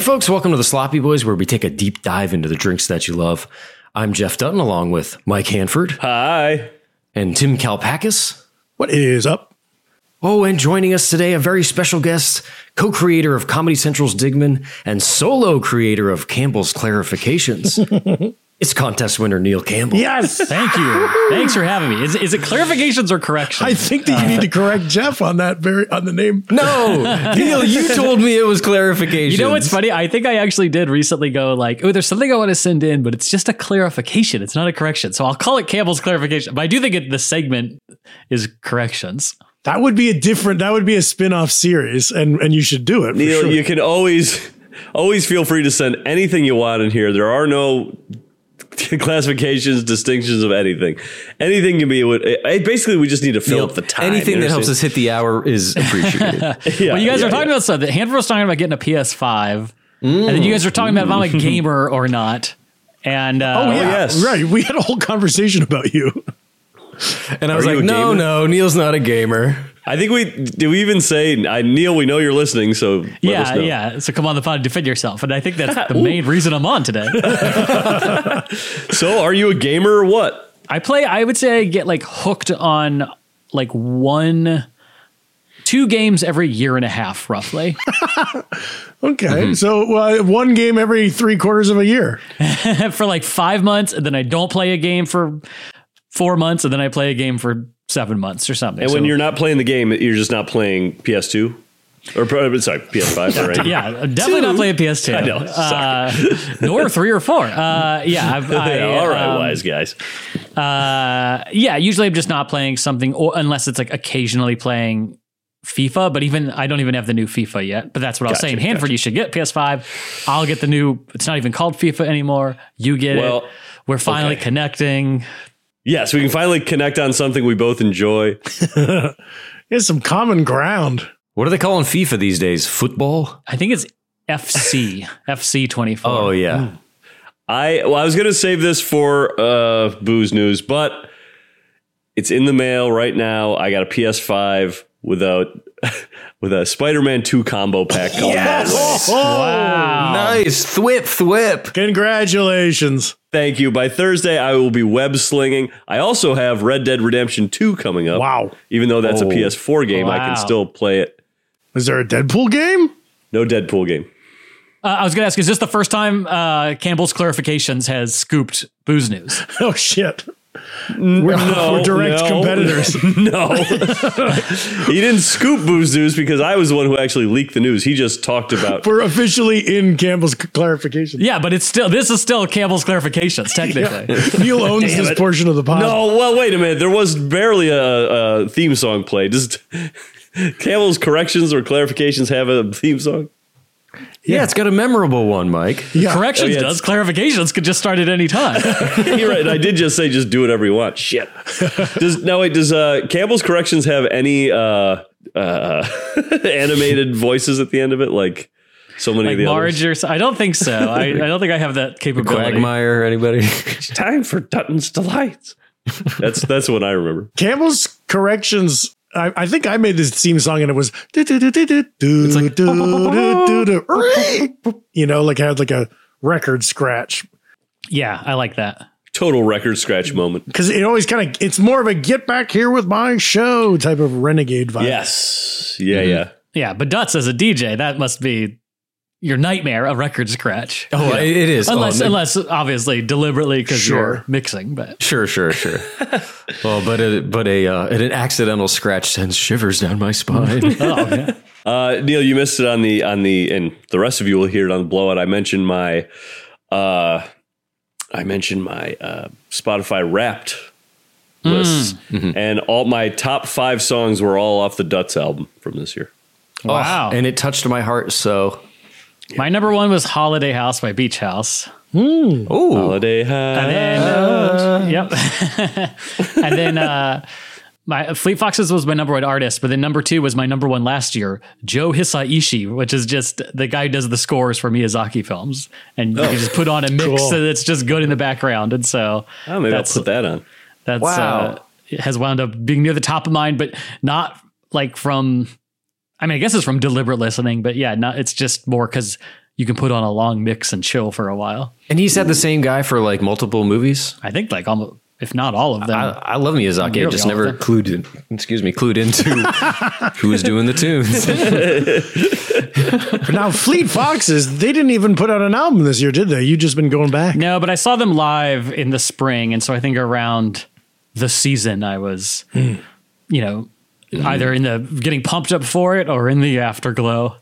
folks. Welcome to the Sloppy Boys, where we take a deep dive into the drinks that you love. I'm Jeff Dutton, along with Mike Hanford Hi. and Tim Kalpakis. What is up? Oh, and joining us today, a very special guest, co creator of Comedy Central's Digman and solo creator of Campbell's Clarifications. it's contest winner Neil Campbell. Yes. Thank you. Thanks for having me. Is, is it clarifications or corrections? I think that you need to correct Jeff on that very on the name. No, Neil, Oh, you told me it was clarification. you know what's funny? I think I actually did recently go like, oh, there's something I want to send in, but it's just a clarification. It's not a correction. So I'll call it Campbell's clarification. But I do think it, the segment is corrections. That would be a different. That would be a spin-off series, and and you should do it. for Neil, sure. you can always always feel free to send anything you want in here. There are no classifications, distinctions of anything. Anything can be what eh, basically we just need to fill up the time. Anything you that helps understand? us hit the hour is appreciated. Yeah, Well, you guys yeah, are talking about stuff that Hanford was talking about getting a PS5, and then you guys were talking about Mm. if I'm a gamer or not. And uh, Oh, yeah, yes. right. We had a whole conversation about you. And I was Are you like, a no, gamer?" no, Neil's not a gamer. I think we did. We even say, I, Neil, we know you're listening, so let us yeah, know. yeah. So come on the pod, and defend yourself. And I think that's the main reason I'm on today. So, are you a gamer or what? I play. I would say I get like hooked on like one, two games every year and a half, roughly. Okay, Mm-hmm. so uh, one game every three quarters of a year. for like five months, and then I don't play a game for four months, and then I play a game for seven months or something. And when So- you're not playing the game, you're just not playing PS2 or pro- sorry, PS5. Right? yeah, I'm definitely not playing PS2. I know, Uh, nor three or four. Uh, yeah, I've, I, Yeah, all right, um, wise guys. Uh, yeah, usually I'm just not playing something, or unless it's like occasionally playing FIFA. But even I don't even have the new FIFA yet. But that's what I was Gotcha, saying. Hanford, you should get PS5. I'll get the new. It's not even called FIFA anymore. You get Well, it. We're finally okay. connecting. Yes, we can finally connect on something we both enjoy. It's some common ground. What are they calling FIFA these days? Football? I think it's FC FC 24. Oh, yeah. I well, I was gonna save this for uh, booze news, but it's in the mail right now. I got a PS5 without with a Spider-Man 2 combo pack. Coming my way. Oh. Oh, Wow. Nice. Thwip, thwip. Congratulations. Thank you. By Thursday, I will be web slinging. I also have Red Dead Redemption 2 coming up. Wow. Even though that's a PS4 game, I Wow. can still play it. Is there a Deadpool game? No Deadpool game. Uh, I was going to ask: Is this the first time uh, Campbell's clarifications has scooped booze news? Oh shit. We're, we're direct no. competitors. No. he didn't scoop Booze News because I was the one who actually leaked the news. He just talked about We're officially in Campbell's c- clarification. Yeah, but it's still this is still Campbell's clarifications technically. Neil owns this it. portion of the pod. No, well, wait a minute. There was barely a, a theme song played. Does Campbell's corrections or clarifications have a theme song? Yeah, it's got a memorable one, Mike. Yeah. Corrections Oh, yeah, does. Clarifications could just start at any time. You're right. I did just say just do whatever you want. Shit. Does now wait? Does uh, Campbell's corrections have any uh, uh, animated voices at the end of it? Like so many like of the others. Marge or so. I don't think so. I, I don't think I have that capability. Quagmire, anybody? Time for Dutton's delights. That's that's what I remember. Campbell's corrections. I, I think I made this theme song and it was do, do, do, do, do, do, do, do, do, do. you know, like I had like a record scratch Yeah, I like that. Total record scratch moment. because it always kind of it's more of a get back here with my show type of renegade vibe. Yes. Yeah. Yeah. Yeah, but Dutz as a DJ, that must be your nightmare, a record scratch. oh, it it is. Unless, Oh, unless obviously deliberately because Sure. you're mixing, but Sure, sure, sure. well, but a, but a uh, an accidental scratch sends shivers down my spine. Uh, Neil, you missed it on the on the and the rest of you will hear it on the blowout. I mentioned my uh I mentioned my uh Spotify wrapped lists Mm. Mm-hmm. and all my top five songs were all off the Dutz album from this year. wow. Oh, and it touched my heart. So, My number one was Holiday House by Beach House. oh, Holiday High. And uh, yep. and then uh, my Fleet Foxes was my number one artist, but then number two was my number one last year, Joe Hisaishi, which is just the guy who does the scores for Miyazaki films, and you can just put on a mix Cool. that's just good in the background, and so Oh, maybe that's I'll put that on. that's Wow. uh, it has wound up being near the top of mind, but not like from. I mean, I guess it's from deliberate listening, but yeah, not. It's just more because you can put on a long mix and chill for a while. And he's had the same guy for like multiple movies. I think like almost, if not all of them. I, I love Miyazaki. I Nearly just all never of them. clued in, excuse me, clued into who was doing the tunes. Now, Fleet Foxes, they didn't even put out an album this year, did they? You just been going back. no, but I saw them live in the spring, and so I think around the season I was, Hmm. you know, either in the getting pumped up for it or in the afterglow.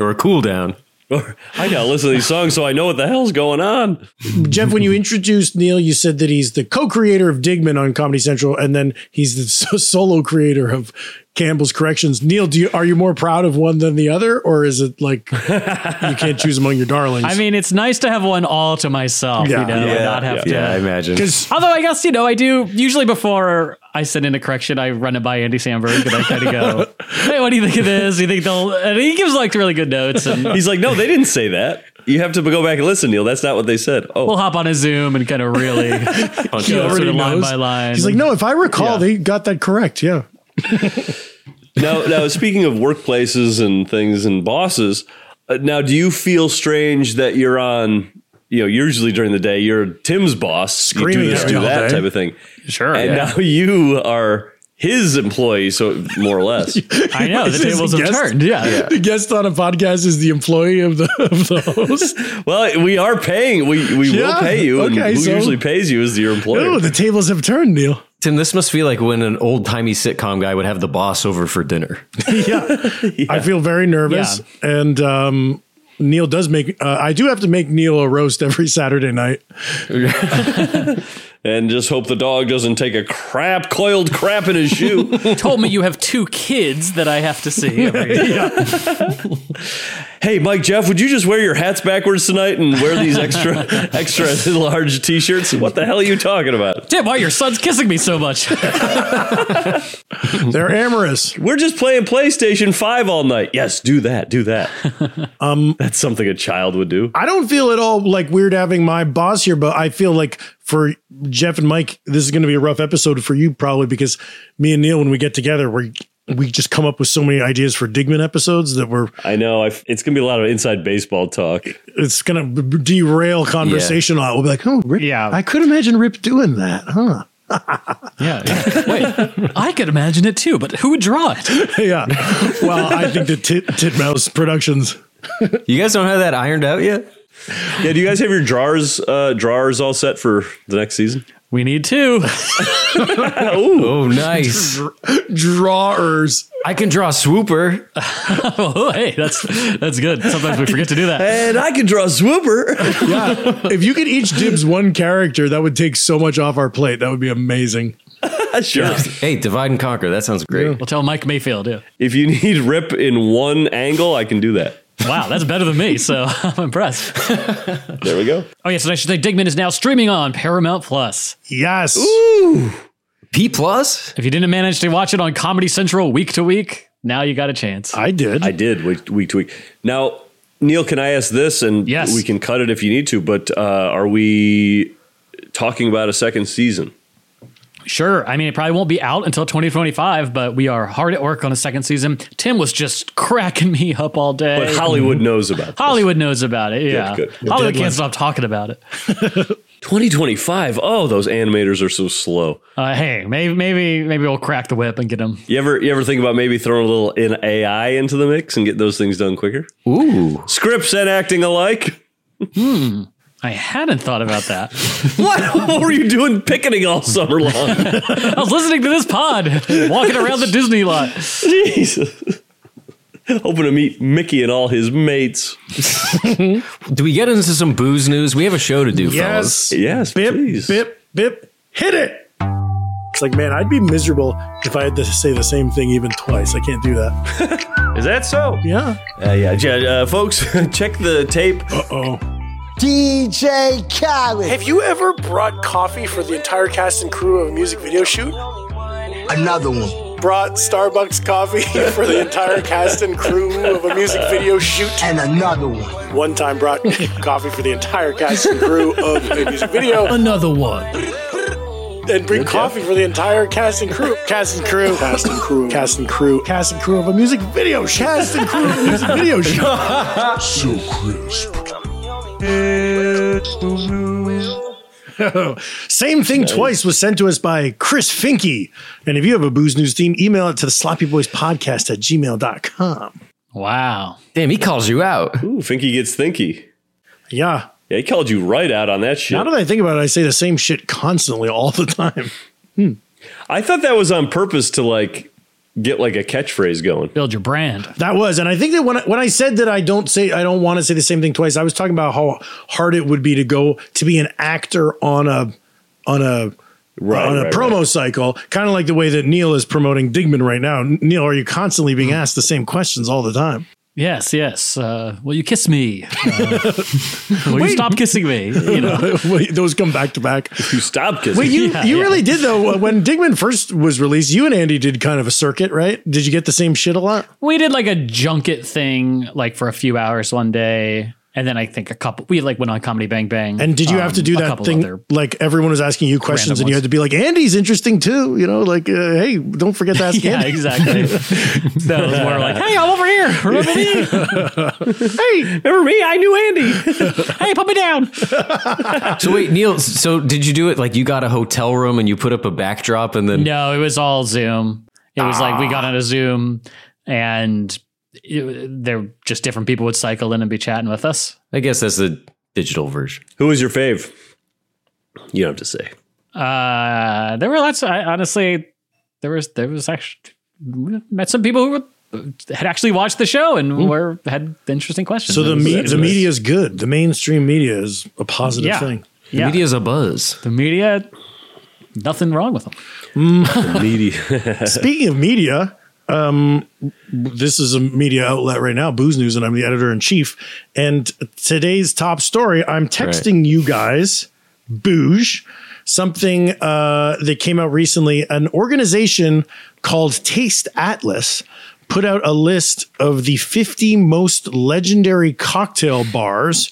or a cool down. I gotta listen to these songs so I know what the hell's going on. Jeff, when you introduced Neil, you said that he's the co-creator of Digman on Comedy Central, and then he's the so- solo creator of Campbell's Corrections. Neil, do you are you more proud of one than the other, or is it like you can't choose among your darlings? I mean, it's nice to have one all to myself, Yeah. you know, and not have to. Yeah, I imagine. because Although I guess you know, I do usually before I send in a correction, I run it by Andy Samberg and I kind of go, "Hey, what do you think of this? You think they'll?" And he gives like really good notes, and He's like, no, they didn't say that. You have to go back and listen, Neil. That's not what they said. Oh, we'll hop on a Zoom and kind of really go He sort of line by line. he's like, no, if I recall, Yeah. they got that correct. Yeah, now, now speaking of workplaces and things and bosses, uh, now do you feel strange that you're on? You know, usually during the day, you're Tim's boss. you Screaming do this, at me do all that day. Oh, type of thing. sure, And yeah. now you are his employee, so more or less. I know the Is this tables a have guest? turned. Yeah. the guest on a podcast is the employee of the of the host. well, we are paying. We we will Yeah, pay you, and okay, who so- usually pays you is your employer. oh, the tables have turned, Neil. Tim, this must feel like when an old timey sitcom guy would have the boss over for dinner. yeah. I feel very nervous. And um, Neil does make, uh, I do have to make Neil a roast every Saturday night. and just hope the dog doesn't take a crap, coiled crap in his shoe. Told me you have two kids that I have to see. every- hey, Mike, Jeff, would you just wear your hats backwards tonight and wear these extra, extra large T-shirts? What the hell are you talking about? Tim, why are your son's kissing me so much? They're amorous. We're just playing PlayStation Five all night. Yes, do that, do that. um, that's something a child would do. I don't feel at all like weird having my boss here, but I feel like for Jeff and Mike, this is going to be a rough episode for you probably because me and Neil, when we get together, we we just come up with so many ideas for Digman episodes that we're I know. I f it's going to be a lot of inside baseball talk. it's going to derail conversation a lot. We'll be like, oh, Rip, Yeah. I could imagine Rip doing that, huh? yeah. Wait, I could imagine it too, but who would draw it? yeah. Well, I think the tit, Titmouse Productions. You guys don't have that ironed out yet? Yeah, do you guys have your drawers uh, drawers all set for the next season? We need two. Oh, nice. drawers. I can draw Swooper. Oh, hey, that's that's good. Sometimes we forget to do that. And I can draw Swooper. Yeah. if you could each dibs one character, that would take so much off our plate. That would be amazing. sure. Hey, divide and conquer. That sounds great. We'll tell Mike Mayfield. Yeah. If you need Rip in one angle, I can do that. Wow, that's better than me. So I'm impressed. There we go. Oh yeah, so I should say Digman is now streaming on Paramount Plus. Yes. P plus? If you didn't manage to watch it on Comedy Central week to week, now you got a chance. I did. I did week, week to week. Now, Neil, can I ask this? And Yes. we can cut it if you need to, but uh, are we talking about a second season? Sure. I mean, it probably won't be out until 2025, but we are hard at work on a second season. Tim was just cracking me up all day. But Hollywood knows about this. Hollywood knows about it. Yeah. good. Hollywood can't stop talking about it. 2025. Oh, those animators are so slow. Uh, hey, maybe maybe maybe we'll crack the whip and get him. You ever you ever think about maybe throwing a little in AI into the mix and get those things done quicker? Ooh. Scripts and acting alike. I hadn't thought about that. What, what were you doing picketing all summer long? I was listening to this pod, walking around the Disney lot. Jeez. Hoping to meet Mickey and all his mates. Do we get into some booze news? We have a show to do, fellas. yes. Yes, Bip, please. bip, bip. Hit it. It's like, man, I'd be miserable if I had to say the same thing even twice. I can't do that. Is that so? Yeah. Uh, yeah, yeah, uh, folks, check the tape. Oh. DJ Khaled. Have you ever brought coffee for the entire cast and crew of a music video shoot? Another one. Brought Starbucks coffee for the entire cast and crew of a music video shoot? And another one. One time brought coffee for the entire cast and crew of a music video. Another one. and bring coffee for the entire cast and crew. Cast and crew. Cast and crew. Cast and crew. Cast and crew of a music video show. Cast and crew of a music video show. So crisp. Same thing twice was sent to us by Chris Finke. And if you have a booze news theme, email it to the sloppy boys podcast at gmail.com. Wow. Damn, he calls you out. Ooh, Finky gets thinky. Yeah. Yeah, he called you right out on that shit. Now that I think about it, I say the same shit constantly all the time. I thought that was on purpose to like get like a catchphrase going. Build your brand. That was, and I think that when I, when I said that I don't say I don't want to say the same thing twice, I was talking about how hard it would be to go to be an actor on a on a Right, on a right, promo right. cycle, kind of like the way that Neil is promoting Digman right now. N- Neil, are you constantly Hmm. being asked the same questions all the time? Yes, yes. Uh, will you kiss me? Uh, will you stop kissing me? You know. Wait, Those come back to back. You stop kissing. Wait, you Yeah, you yeah. really did though. When Digman first was released, you and Andy did kind of a circuit, right? Did you get the same shit a lot? We did like a junket thing, like for a few hours one day, and then I think a couple. We like went on Comedy Bang Bang. And did you um, have to do a that couple thing? other- Like everyone was asking you questions, Random and you ones. had to be like, "Andy's interesting too," you know? Like, uh, hey, don't forget to ask yeah, Andy. exactly. so it was more like, "Hey, I'm over here. Remember me? Hey, Remember me? I knew Andy. Hey, put me down." So wait, Neil. So did you do it like you got a hotel room and you put up a backdrop and then? No, it was all Zoom. It was like we got Ah. on a Zoom, and it, they're just different people would cycle in and be chatting with us. I guess that's the digital version. Who was your fave? You don't have to say. Uh, there were lots. I, honestly, there was there was actually met some people who were, had actually watched the show and were had interesting questions. Hmm. so It the was- me- it the was- media is good. The mainstream media is a positive Yeah. thing. The Yeah. media's a buzz. the media, nothing wrong with them. Media. Speaking of media, um, this is a media outlet right now, Booze News, and I'm the editor in chief. And today's top story, I'm texting you guys, Booge, something uh, that came out recently. An organization called Taste Atlas put out a list of the 50 most legendary cocktail bars.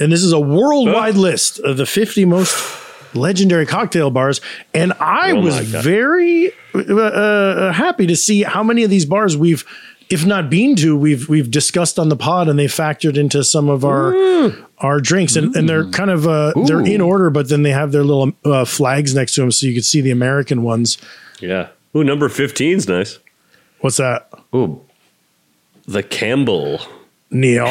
And this is a worldwide list of the 50 most legendary cocktail bars. And I was very uh, uh, happy to see how many of these bars we've, if not been to, we've we've discussed on the pod, and they factored into some of our our drinks. And, and they're kind of uh, they're in order, but then they have their little uh, flags next to them, so you can see the American ones. yeah. Ooh, number 15's nice. What's that, Ooh, The Campbell. Neil?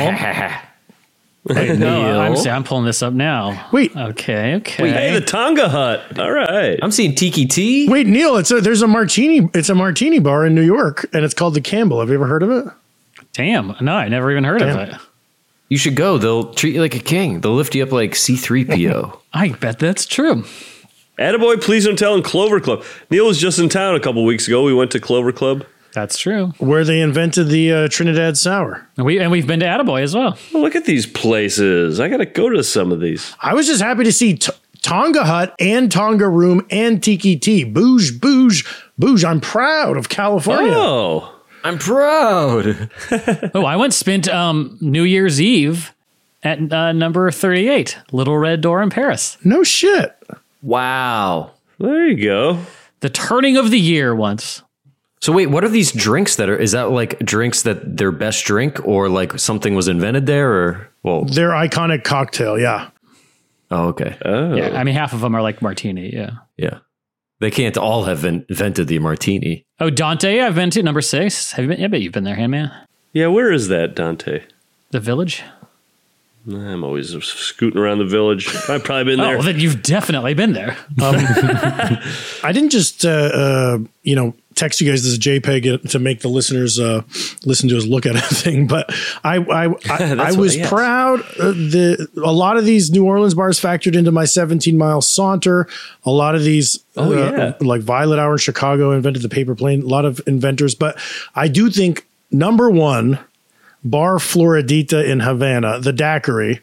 Hey, No, Neil. I'm sorry, I'm pulling this up now. Wait, Okay, okay. Hey, the Tonga Hut. All right. I'm seeing Tiki T. wait, Neil. It's a there's a martini. It's a martini bar in New York, and it's called the Campbell. Have you ever heard of it? Damn, no, I never even heard Damn. of it. You should go. They'll treat you like a king. They'll lift you up like C3PO. I bet that's true. Attaboy, please don't tell, and Clover Club. Neil was just in town a couple weeks ago. We went to Clover Club. That's true. Where they invented the uh, Trinidad sour. And we and we've been to Attaboy as well. Oh, look at these places. I got to go to some of these. I was just happy to see T- Tonga Hut and Tonga Room and Tiki T. Booge, booge, booge. I'm proud of California. Oh, I'm proud. Oh, I once spent um, New Year's Eve at uh, number thirty-eight, Little Red Door in Paris. No shit. Wow. there you go. The turning of the year once. So wait, what are these drinks that are? Is that like drinks that their best drink, or like something was invented there, or well, Their iconic cocktail. Yeah. oh okay, Oh, Yeah, I mean half of them are like martini. Yeah. yeah. They can't all have in- invented the martini. Oh, Dante, I've been to number six. Have you been? I bet you've been there, Handman. yeah. Where is that, Dante? The village. I'm always scooting around the village. I've probably been there. Oh, then you've definitely been there. I didn't just, uh, uh, you know, text you guys this JPEG to make the listeners uh, listen to us look at a thing, but I I, I, I was proud. Uh, the a lot of these New Orleans bars factored into my 17 mile saunter. A lot of these, uh, yeah. like Violet Hour in Chicago invented the paper plane. A lot of inventors, but I do think number one bar Floridita in Havana, the daiquiri.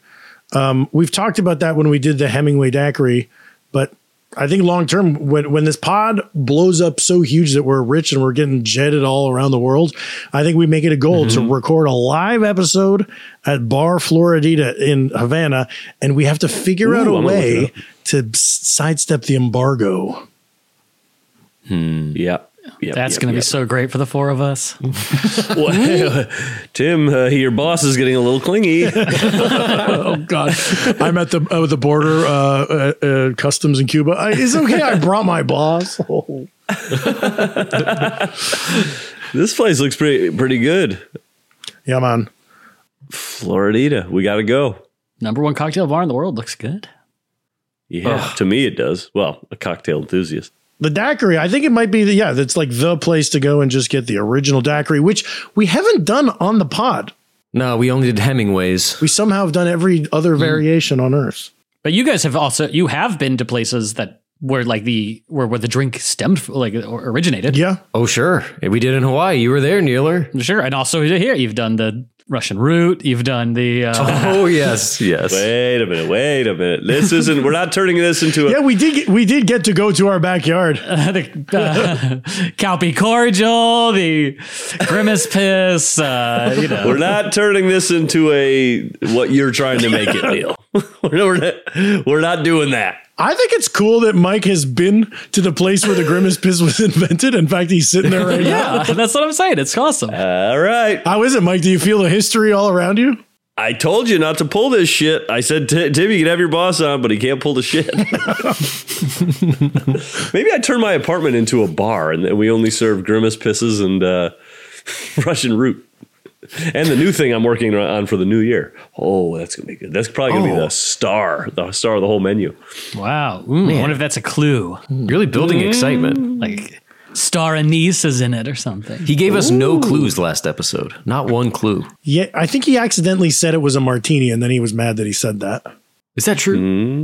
Um, we've talked about that when we did the Hemingway daiquiri, but I think long term, when when this pod blows up so huge that we're rich and we're getting jetted all around the world, I think we make it a goal to record a live episode at Bar Floridita in Havana, and we have to figure out Ooh, a I'm gonna look it way up. to s- sidestep the embargo. Yep. yep That's going to be so great for the four of us. be. Well, Tim, uh, your boss is getting a little clingy. Oh God, I'm at the uh, the border uh, uh, uh, customs in Cuba. I, it's okay. I brought my boss. Oh. this place looks pretty pretty good. Yeah, man. Floridita, we got to go. Number one cocktail bar in the world looks good. Yeah, to me it does. Well, a cocktail enthusiast. The daiquiri. I think it might be. The, yeah, that's like the place to go and just get the original daiquiri, which we haven't done on the pod. No, we only did Hemingway's. We somehow have done every Mm. other variation on Earth. But you guys have also you have been to places that where like the where where the drink stemmed from, like or originated. Yeah, Oh, sure. We did in Hawaii. You were there, Neeler. Sure, and also here you've done the Russian root. You've done the uh, Oh, yes, yes. Wait a minute. Wait a minute. This isn't. We're not turning this into a. yeah. We did. Get, we did get to go to our backyard. the uh, Calpe cordial, the grimace piss. Uh, you know, We're not turning this into a what you're trying to make it deal. we're, we're not, we're not doing that. I think it's cool that Mike has been to the place where the grimace piss was invented. In fact, he's sitting there right now. yeah, that's what I'm saying. It's awesome. All right. How is it, Mike? Do you feel the history all around you? I told you not to pull this shit. I said, "Ti- Tim, you can have your boss on, but he can't pull the shit. Maybe I turn my apartment into a bar and then we only serve grimace pisses and uh, Russian root. And the new thing I'm working on for the new year. Oh, that's gonna be good. That's probably gonna be the star, the star of the whole menu. Wow. Ooh, I wonder if that's a clue. Really building excitement. Like star anise is in it or something. He gave us no clues last episode. Not one clue. Yeah, I think he accidentally said it was a martini, and then he was mad that he said that. Is that true?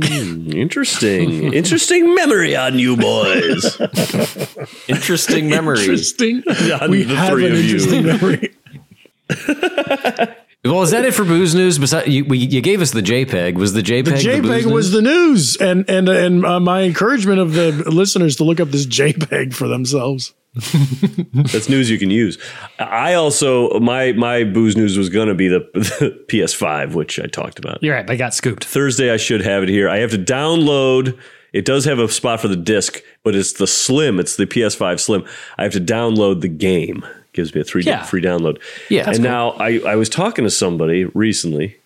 Interesting, interesting memory on you boys. Interesting memories. Interesting. On we the have three an of you. interesting memory. Well, is that it for booze news? Besides, you, we, you gave us the JPEG. Was the JPEG the, JPEG booze news? was the news, and and and uh, my encouragement of the listeners to look up this JPEG for themselves. That's news you can use. I also my my booze news was going to be the, the PS5, which I talked about You're right, but I got scooped. Thursday. I should have it here. I have to download. It does have a spot for the disc, but it's the Slim. It's the PS5 Slim. I have to download the game. Gives me a three Yeah. free download. Yeah. That's and now I I was talking to somebody recently.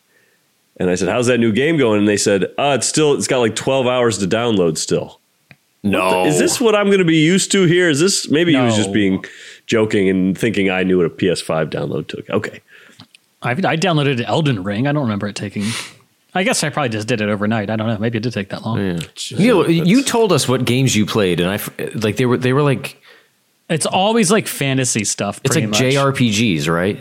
And I said, "How's that new game going?" And they said, "Uh, it's still it's got like 12 hours to download still." no. Is this what I'm going to be used to here? Is this maybe he was just No. being joking and thinking I knew what a PS5 download took? Okay. I, I downloaded Elden Ring. I don't remember it taking. I guess I probably just did it overnight. I don't know. Maybe it did take that long. Neil, you told us what games you played, and I f- like they were they were like It's always like fantasy stuff. it's pretty like much. JRPGs, right?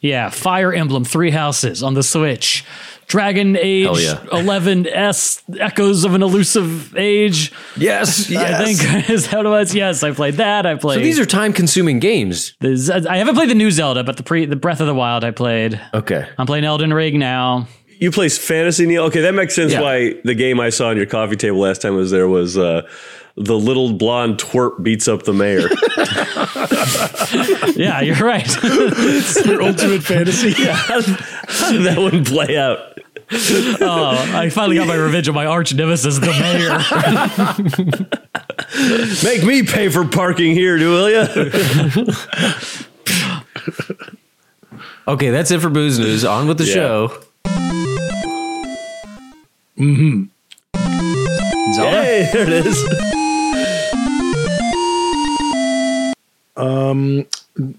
Yeah, Fire Emblem Three Houses on the Switch, Dragon Age Hell yeah. Eleven S, Echoes of an Elusive Age. Yes, I think is how it was. Yes, I played that. I played. so these are time consuming games. the Z- I haven't played the new Zelda, but the pre the Breath of the Wild I played. Okay, I'm playing Elden Ring now. You play fantasy, Neil? Okay, that makes sense Yeah. why the game I saw on your coffee table last time I was there was uh, the little blonde twerp beats up the mayor. Yeah, you're right. Your ultimate fantasy. How did that one play out? oh, I finally got my revenge on my arch nemesis, the mayor. Make me pay for parking here, do will you? okay, that's it for booze news. On with the Yeah. show. Hmm. hey, there it is.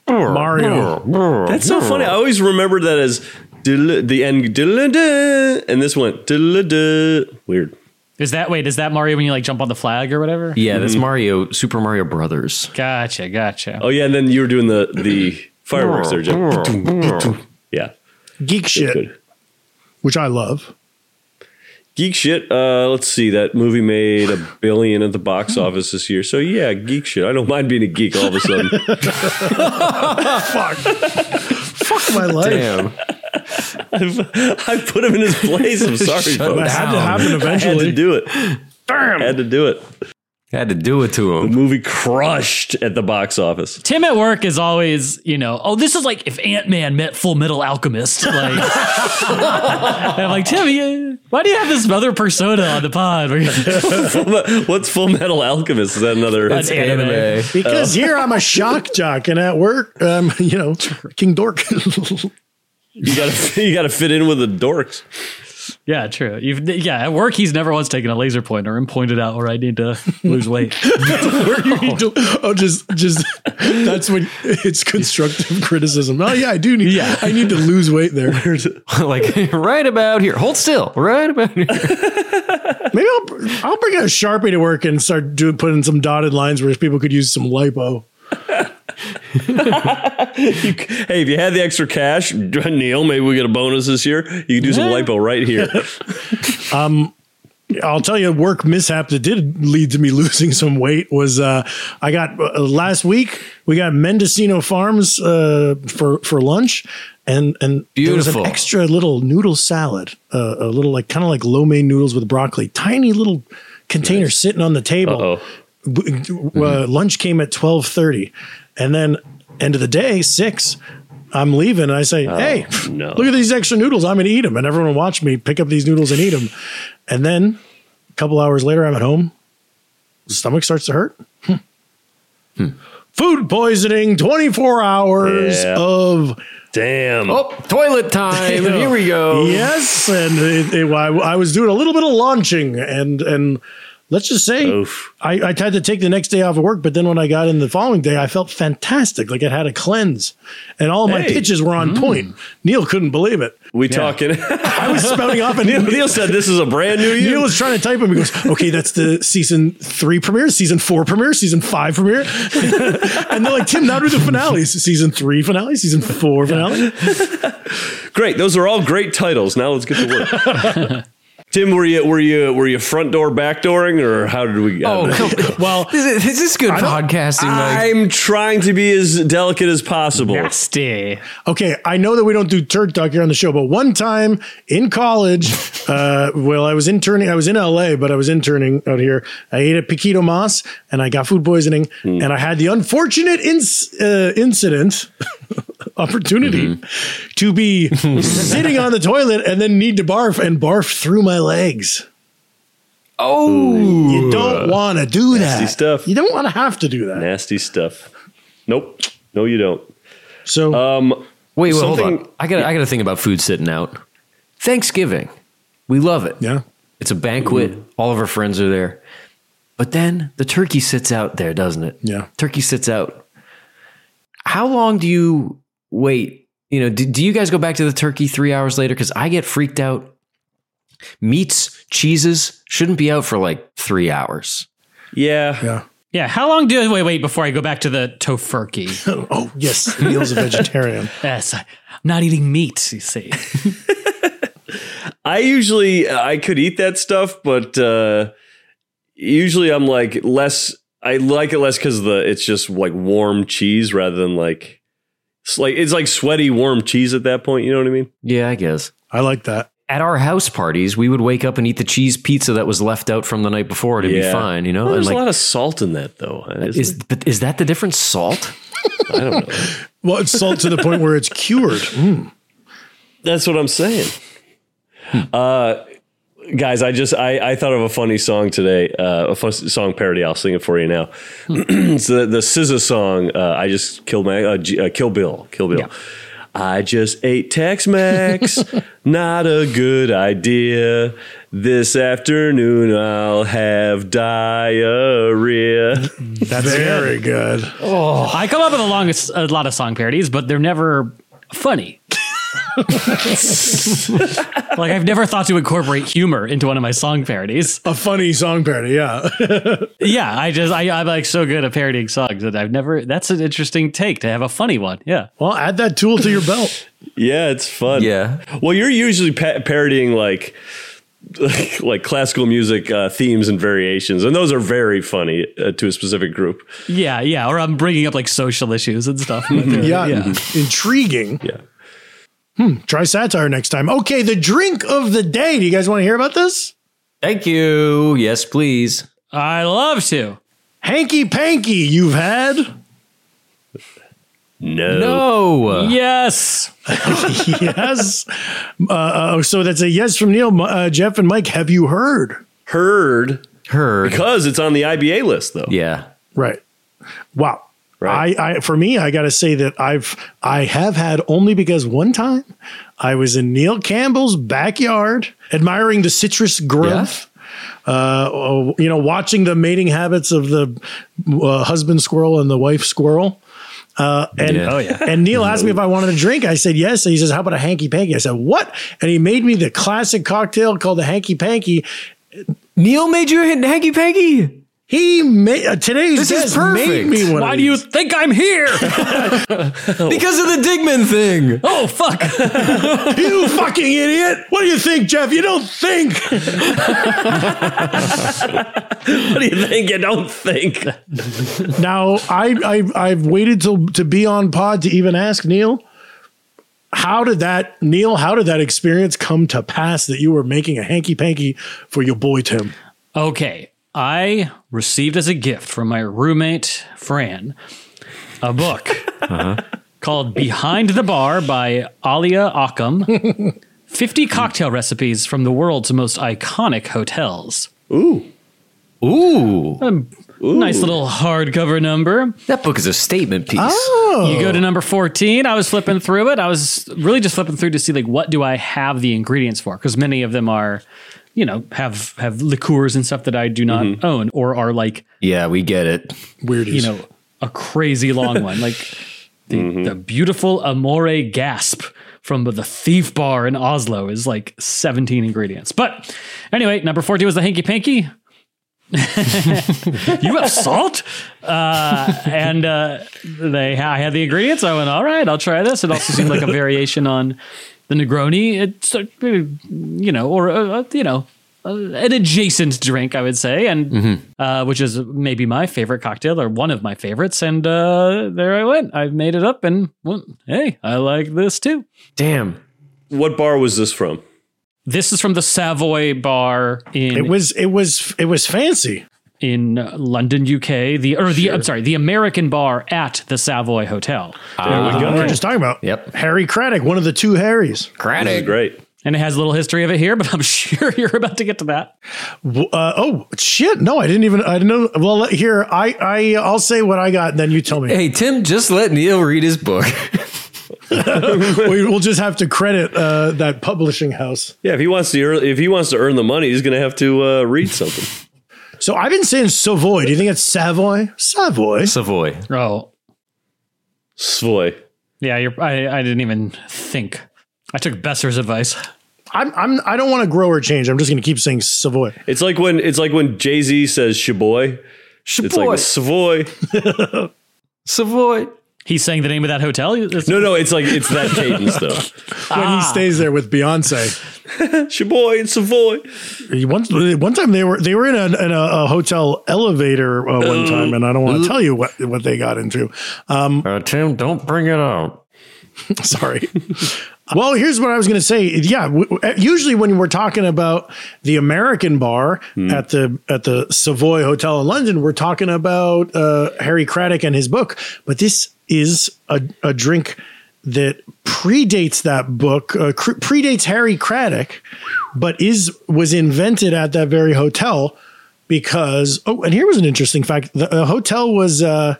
Mario. That's so funny. I always remember that as dil- the end, dil- and this went dil- weird. Is that wait? Is that Mario when you like jump on the flag or whatever? Yeah, that's Mario Super Mario Brothers. Gotcha, gotcha. Oh yeah, and then you were doing the the fireworks there, Jim. yeah, Geek shit, good. which I love. Geek shit. Uh, let's see. That movie made a billion at the box office this year. So yeah, geek shit. I don't mind being a geek all of a sudden. Fuck. Fuck my life. Damn. I put him in his place. I'm sorry, Shut folks. That had to Down. happen I had to eventually. do it. Damn. Had to do it. Had to do it to The him. movie crushed at the box office. Tim at work is always, you know, oh, this is like if Ant Man met Full Metal Alchemist. Like, and I'm like, Tim, you, why do you have this other persona on the pod? Where you're- What's Full Metal Alchemist? Is that another? That's anime. Because here I'm a shock jock, and at work, um, you know, King Dork. You gotta you gotta fit in with the dorks. yeah, true. You've, yeah, at work, he's never once taken a laser pointer and pointed out where I need to lose weight. oh, just, just that's when it's constructive criticism. Oh yeah, I do need. Yeah. I need to lose weight there. like right about here. Hold still. Right about here. Maybe I'll I'll bring a sharpie to work and start doing putting some dotted lines where people could use some lipo. You c- hey, if you had the extra cash, Neil, maybe we get a bonus this year. You can do some lipo right here. I'll tell you a work mishap that did lead to me losing some weight was uh, I got uh, last week we got Mendocino Farms uh, for for lunch and and there was Beautiful. an extra little noodle salad uh, a little like kind of like lo mein noodles with broccoli tiny little container sitting on the table Uh-oh. Mm-hmm. B- uh, lunch came at 12:30 and then end of the day 6 I'm leaving and I say, "Hey, Oh, no. look at these extra noodles. I'm going to eat them." And everyone watched me pick up these noodles and eat them. And then a couple hours later I'm at home. The stomach starts to hurt. Hmm. Hmm. Food poisoning, 24 hours Yeah. of Damn. Oh, toilet time. Here we go. Yes, and it, it, I, I was doing a little bit of launching, and and let's just say Oof. I, I tried to take the next day off of work, but then when I got in the following day, I felt fantastic, like it had a cleanse, and all of my Hey. pitches were on point. Neil couldn't believe it. We talking? Mm. I was spouting off, and Neil, Neil said this is a brand new Neil year. was trying to type him. He goes, "Okay, that's the season three premiere, season four premiere, season five premiere," and they're like, "Tim, now do the finales, season three finale, season four finale." Great. Those are all great titles. Now let's get to work. Tim, were you were you were you front door backdooring or how did we? how Oh, did- come Well, Is, it- is this good podcasting? Like, I'm trying to be as delicate as possible. Nasty. Okay, I know that we don't do turd talk here on the show, but one time in college, uh, well, I was interning, I was in LA, but I was interning out here. I ate at Piquito Mas and I got food poisoning, and I had the unfortunate inc- uh, incident opportunity to be sitting on the toilet and then need to barf and barf through my legs. oh, You don't want to do that. stuff. You don't want to have to do that. Nasty stuff. Nope. No, you don't. So Um, wait, wait, hold Something- on. I got, I got to think about food sitting out. Thanksgiving, we love it. yeah, It's a banquet. All of our friends are there. But then the turkey sits out there, doesn't it? Yeah. Turkey sits out. How long do you wait? You know, do, do you guys go back to the turkey three hours later? Because I get freaked out. Meats, cheeses shouldn't be out for like three hours. yeah. yeah. Yeah, how long do I wait, wait before I go back to the tofurkey? Oh yes, Neil's a vegetarian. yes, I'm not eating meat, you see. I usually I could eat that stuff, but uh, usually I'm like less. I like it less because the it's just like warm cheese rather than like it's like it's like sweaty warm cheese at that point. You know what I mean? Yeah, I guess. I like that. At our house parties, we would wake up and eat the cheese pizza that was left out from the night before to be Yeah. fine, you know? Oh, and Well, there's a like, lot of salt in that though. isn't is, but is that the different salt? there? I don't know. Well, it's salt to the point where it's cured. That's what I'm saying. Uh, guys, I just I, I thought of a funny song today, uh, a fun song parody. I'll sing it for you now. it's the the SZA song. Uh, I just killed my uh, G- uh, Kill Bill. Kill Bill. I just ate Tex Mex. Not a good idea. This afternoon I'll have diarrhea. That's very good. I come up with a, long, a lot of song parodies, but they're never funny. like I've never thought to incorporate humor into one of my song parodies. A funny song parody, yeah. Yeah, I just I, I'm like so good at parodying songs that I've never. That's an interesting take to have a funny one. Yeah, Well, add that tool to your belt. Yeah, it's fun. Yeah. Well, you're usually pa- parodying like like classical music uh, themes and variations, and those are very funny uh, to a specific group. yeah, yeah. Or I'm bringing up like social issues and stuff. But they're- Yeah. mm-hmm. Intriguing. Hmm, Yeah. Try satire next time. Okay, the drink of the day. Do you guys want to hear about this? Thank you. Yes, please. I love to. Hanky Panky, you've had. No. Oh, Yes. yes. Uh, uh, so that's a yes from Neil, uh, Jeff, and Mike. Have you heard? Heard heard. because it's on the IBA list though. Yeah. Right. Wow. Right. I, I for me, I gotta say that I've I have had only because one time I was in Neil Campbell's backyard admiring the citrus growth. Uh, oh, you know, watching the mating habits of the uh, husband squirrel and the wife squirrel. Uh, and Yeah. oh yeah. And Neil asked me if I wanted a drink. I said yes. And he says, "How about a hanky panky?" I said, "What?" And he made me the classic cocktail called the hanky panky. Neil made you a hanky panky. He made uh, today's This is guest made perfect. me one. of Why do these. you think I'm here? Because of the Digman thing. oh fuck. You fucking idiot! What do you think, Jeff? You don't think. What do you think? You don't think. Now, I, I I've waited till to be on pod to even ask Neil. How did that, Neil? How did that experience come to pass that you were making a hanky panky for your boy Tim? Okay. I received as a gift from my roommate, Fran, a book Uh-huh. called Behind the Bar by Alia Occam 50 cocktail recipes from the world's most iconic hotels. Ooh. Nice little hardcover number. That book is a statement piece. You go to number 14. I was flipping through it. I was really just flipping through to see like what do I have the ingredients for because many of them are, you know, have have liqueurs and stuff that I do not own or are like Yeah, we get it. Weirdies. you know, a crazy long one. Like the, the beautiful Amore Gasp from the Thief Bar in Oslo is like 17 ingredients. But anyway, number 40 was the Hanky Panky. you have salt? Uh, and uh, they, I had the ingredients. I went, all right, I'll try this. It also seemed like a variation on the Negroni. It's, uh, you know, or, uh, you know, uh, an adjacent drink, I would say, and uh, which is maybe my favorite cocktail or one of my favorites. And uh, there I went. I made it up, and well, hey, I like this too. Damn. What bar was this from? This is from the Savoy Bar in it was it was it was fancy. in uh, London, UK. The or the I'm sorry, the American Bar at the Savoy Hotel, we what we're just talking about. Yep. Harry Craddock, one of the two Harrys. This is great. and it has a little history of it here. But I'm sure you're about to get to that. W- Uh, oh shit! No, I didn't even. I didn't know. Well, let- here I I I'll say what I got, and then you tell me. Hey, Tim, just let Neil read his book. we, we'll just have to credit uh, that publishing house. Yeah, if he wants to earn, if he wants to earn the money, he's gonna have to uh, read something. So I've been saying Savoy. Do you think it's Savoy? Savoy. Savoy. Oh, Svoy. yeah, you're, I I didn't even think. I took Besser's advice. I'm, I'm, I don't want to grow or change. I'm just going to keep saying Savoy. It's like when it's like when Jay Z says "shaboy." It's like Shaboy. Savoy. Savoy. He's saying the name of that hotel. It's- No, no, it's like it's that cadence though. When he stays there with Beyonce. Shaboy and Savoy. Once, one time they were they were in a, in a, a hotel elevator uh, one time, and I don't want to tell you what what they got into. Um, Uh, Tim, don't bring it up. Sorry. well, here's what I was going to say. Yeah, w- w- usually when we're talking about the American bar at the at the Savoy Hotel in London, we're talking about uh, Harry Craddock and his book. But this is a, a drink that predates that book, uh, cr- predates Harry Craddock, but is was invented at that very hotel because. Oh, and here was an interesting fact: the, the hotel was. Uh,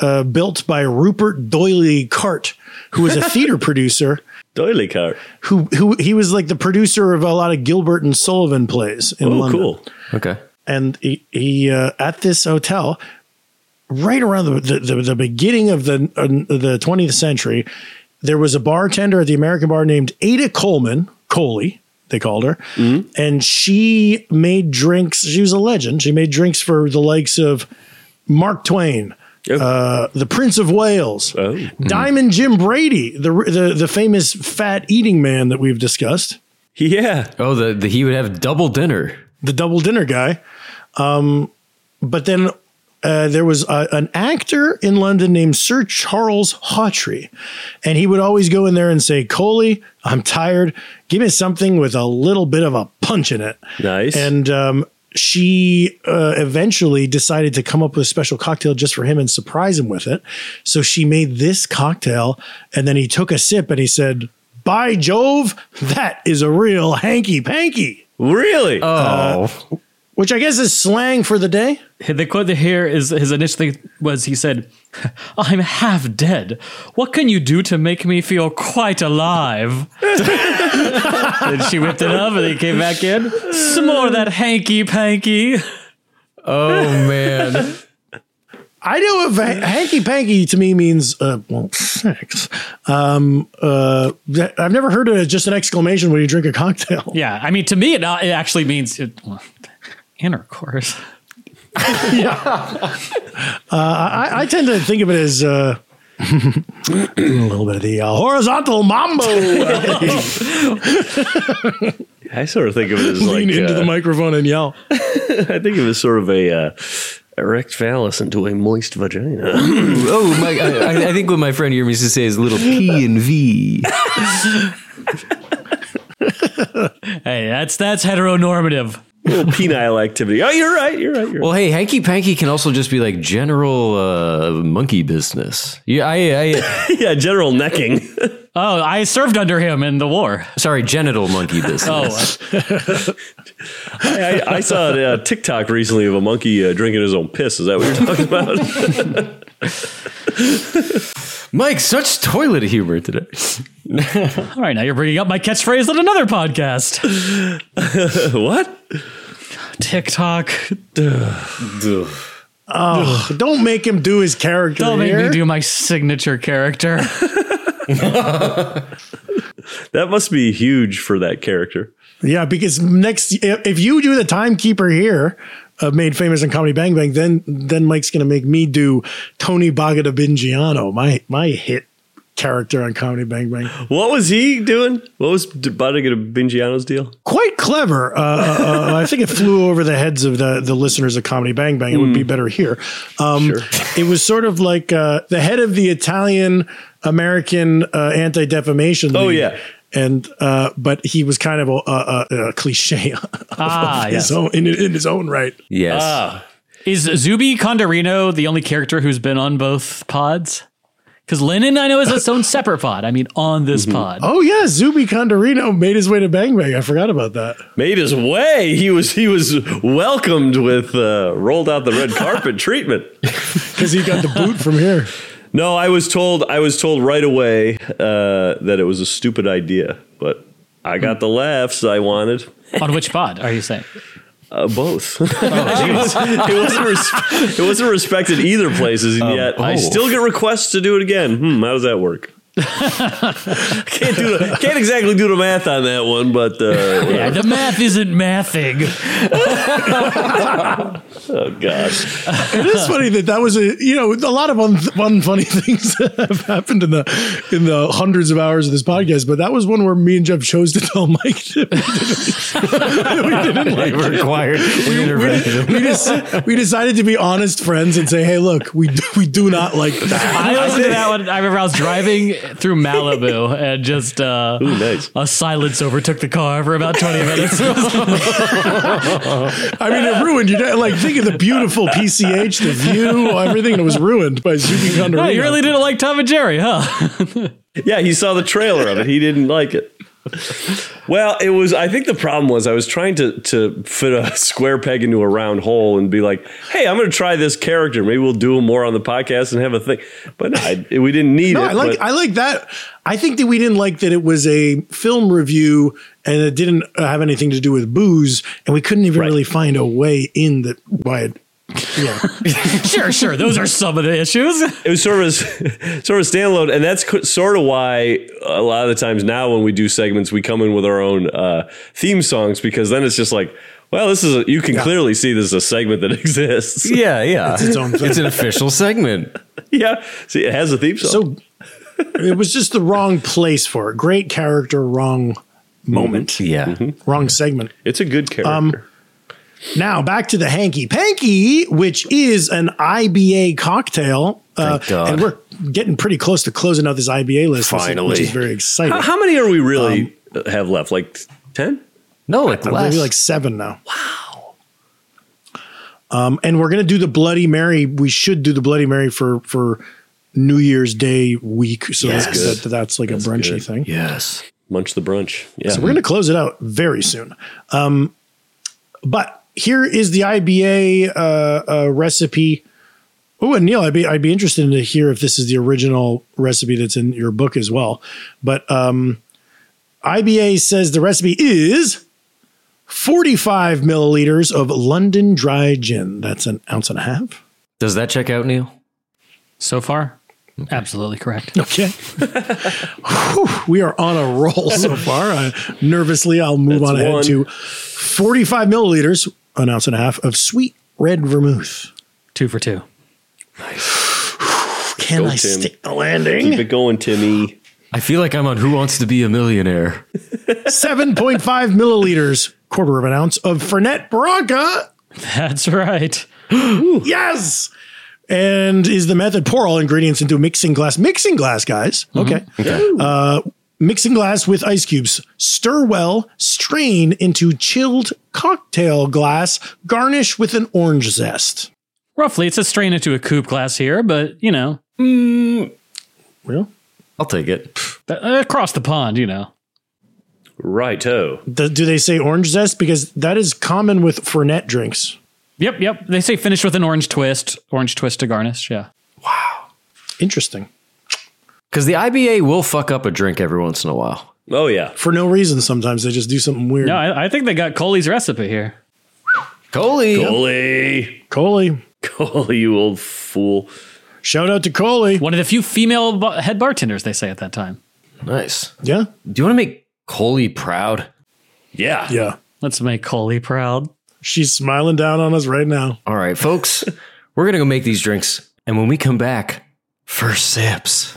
uh, built by Rupert Doyley Cart, who was a theater producer. Doily cart. Who, who he was like the producer of a lot of Gilbert and Sullivan plays in Oh, London, cool. Okay. and he, he uh, at this hotel, right around the the, the, the beginning of the uh, the twentieth century, there was a bartender at the American bar named Ada Coleman Coley. They called her, and she made drinks. She was a legend. She made drinks for the likes of Mark Twain, uh, the Prince of Wales, Oh. Diamond Jim Brady, the, the the famous fat eating man that we've discussed, Yeah. Oh, the, the he would have double dinner. the double dinner guy. Um, but then uh, there was a, an actor in London named Sir Charles Hawtrey, and he would always go in there and say, "Coley, I'm tired. Give me something with a little bit of a punch in it." Nice. And um, she uh, eventually decided to come up with a special cocktail just for him and surprise him with it. So she made this cocktail, and then he took a sip and he said, "By Jove, that is a real hanky panky," Really? which I guess is slang for the day. The quote here is his initial thing was he said, "I'm half dead. What can you do to make me feel quite alive?" then she whipped it up and he came back in. Some more of that hanky panky. Oh man. I know if hanky panky to me means uh, well sex. Um, uh, that- I've never heard it as just an exclamation when you drink a cocktail. Yeah, I mean, to me, it, it actually means it, intercourse. I, I tend to think of it as uh, a little bit of the uh, horizontal mambo. I sort of think of it as like Lean into uh, the microphone and yell. I think of it as sort of a uh, erect phallus into a moist vagina. Oh my! I, I think what my friend Yerm used to say is little P and V. Hey, that's that's heteronormative. Little penile activity. Oh, you're right. You're right. You're right. Well, hey, hanky panky can also just be like general uh, monkey business. Yeah, I, yeah, general necking. Oh, I served under him in the war. I sorry, genital monkey business. Oh, I, I saw a uh, TikTok recently of a monkey uh, drinking his own piss. Is that what you're talking about? Mike, such toilet humor today. all right. Now you're bringing up my catchphrase on another podcast. what? TikTok. Don't make him do his character. Don't make here. me do my signature character. That must be huge for that character. Yeah, because next, if if you do the timekeeper here, uh, made famous in comedy Bang Bang, then then Mike's gonna make me do Tony Bogadabingiano, my my hit character on comedy Bang Bang. What was he doing? What was D- Bottega Bingiano's deal? Quite clever. Uh, uh, uh, I think it flew over the heads of the the listeners of comedy Bang Bang. It would Mm. be better here. Um, It was sort of like uh, the head of the Italian American uh, Anti Defamation. Oh, yeah. And uh, but he was kind of a, a, a, a cliche ah, his yes. own, in, in his own right. Yes. Ah. Is Zuby Condorino the only character who's been on both pods? Because Lennon, I know, is its own separate pod. I mean, on this pod. Oh yeah, Zuby Condorino made his way to Bang Bang. I forgot about that. Made his way. He was he was welcomed with uh, rolled out the red carpet treatment. Because he got the boot from here. No, I was told I was told right away uh, that it was a stupid idea, but I got the laughs I wanted. On which pod are you saying? Uh, both. it, wasn't res- it wasn't respected either places, and yet I oh. still get requests to do it again. Hmm, how does that work? can't do the, can't exactly do the math on that one, but uh, Yeah, the math isn't mathing. oh gosh, It is funny that that was a you know a lot of un- unfunny things that have happened in the in the hundreds of hours of this podcast, but that was one where me and Jeff chose to tell Mike that we It required an intervention. we, just, we decided to be honest friends and say, hey, look, we do, we do not like that. I listened to that one. I remember I was driving through Malibu and just uh, Ooh, nice. a silence overtook the car for about 20 minutes. I mean, it ruined you. Like think of the beautiful PCH, the view, everything. And it was ruined by Zuby Condorino. oh, you really didn't like Tom and Jerry, huh? Yeah, he saw the trailer of it. He didn't like it. Well, it was. I think the problem was I was trying to to fit a square peg into a round hole and be like, "Hey, I'm going to try this character. Maybe we'll do more on the podcast and have a thing." But I, we didn't need No, it. I like but- I like that. I think that we didn't like that it was a film review and it didn't uh, have anything to do with booze, and we couldn't even really find a way in that why it. Yeah, sure, sure. Those are some of the issues. it was sort of a, sort of a standalone, and that's co- sort of why a lot of the times now when we do segments, we come in with our own uh, theme songs because then it's just like, well, this is a, you can clearly see this is a segment that exists. Yeah, yeah. It's, its own thing. an official segment. yeah, see, it has a theme song. so it was just the wrong place for it. Great character, wrong moment, Mm-hmm. Yeah. wrong segment. it's a good character. um, Now back to the hanky panky, which is an IBA cocktail, uh, God. and we're getting pretty close to closing out this IBA list, this- which Finally. is very exciting. How, how many are we really have left? Like ten? No, like Maybe less. like seven now. Um, and we're gonna do the Bloody Mary. We should do the Bloody Mary for for New Year's Day week. So that's Yes. good. that's like a brunchy good. thing. Yes. Munch the brunch. Yeah. So we're going to close it out very soon. Um, but here is the IBA uh, uh, recipe. Oh, and Neil, I'd be I'd be interested to hear if this is the original recipe that's in your book as well. But um, IBA says the recipe is 45 milliliters of London dry gin. That's an ounce and a half. Does that check out, Neil? So far, absolutely correct. Okay. Whew, we are on a roll so far. I, nervously, I'll move That's on ahead one. to 45 milliliters, an ounce and a half, of sweet red vermouth. Two for two. Can Go, I Tim. stick the Keep landing? it going, Timmy. I feel like I'm on Who Wants to Be a Millionaire. 7.5 milliliters, quarter of an ounce, of Fernet Branca. That's right. Yes. And is the method pour all ingredients into a mixing glass? Mixing glass, guys. Mm-hmm. Okay. Uh, mixing glass with ice cubes. Stir well. Strain into chilled cocktail glass. Garnish with an orange zest. Roughly, it's a strain into a coupe glass here, but you know, Well, I'll take it. uh, across the pond, you know. Righto. th- do they say orange zest? Because that is common with Fernet drinks. Yep, yep. They say finish with an orange twist, orange twist to garnish. Yeah. Interesting. Because the IBA will fuck up a drink every once in a while. Oh yeah. For no reason, sometimes they just do something weird. No, I, I think they got Coley's recipe here. Coley. Coley. Coley. Coley, you old fool. Shout out to Coley. One of the few female ba- head bartenders they say at that time. Nice. Yeah. Do you want to make Coley proud? Yeah. Yeah. Let's make Coley proud. She's smiling down on us right now. All right, folks, we're going to go make these drinks. And when we come back, first sips.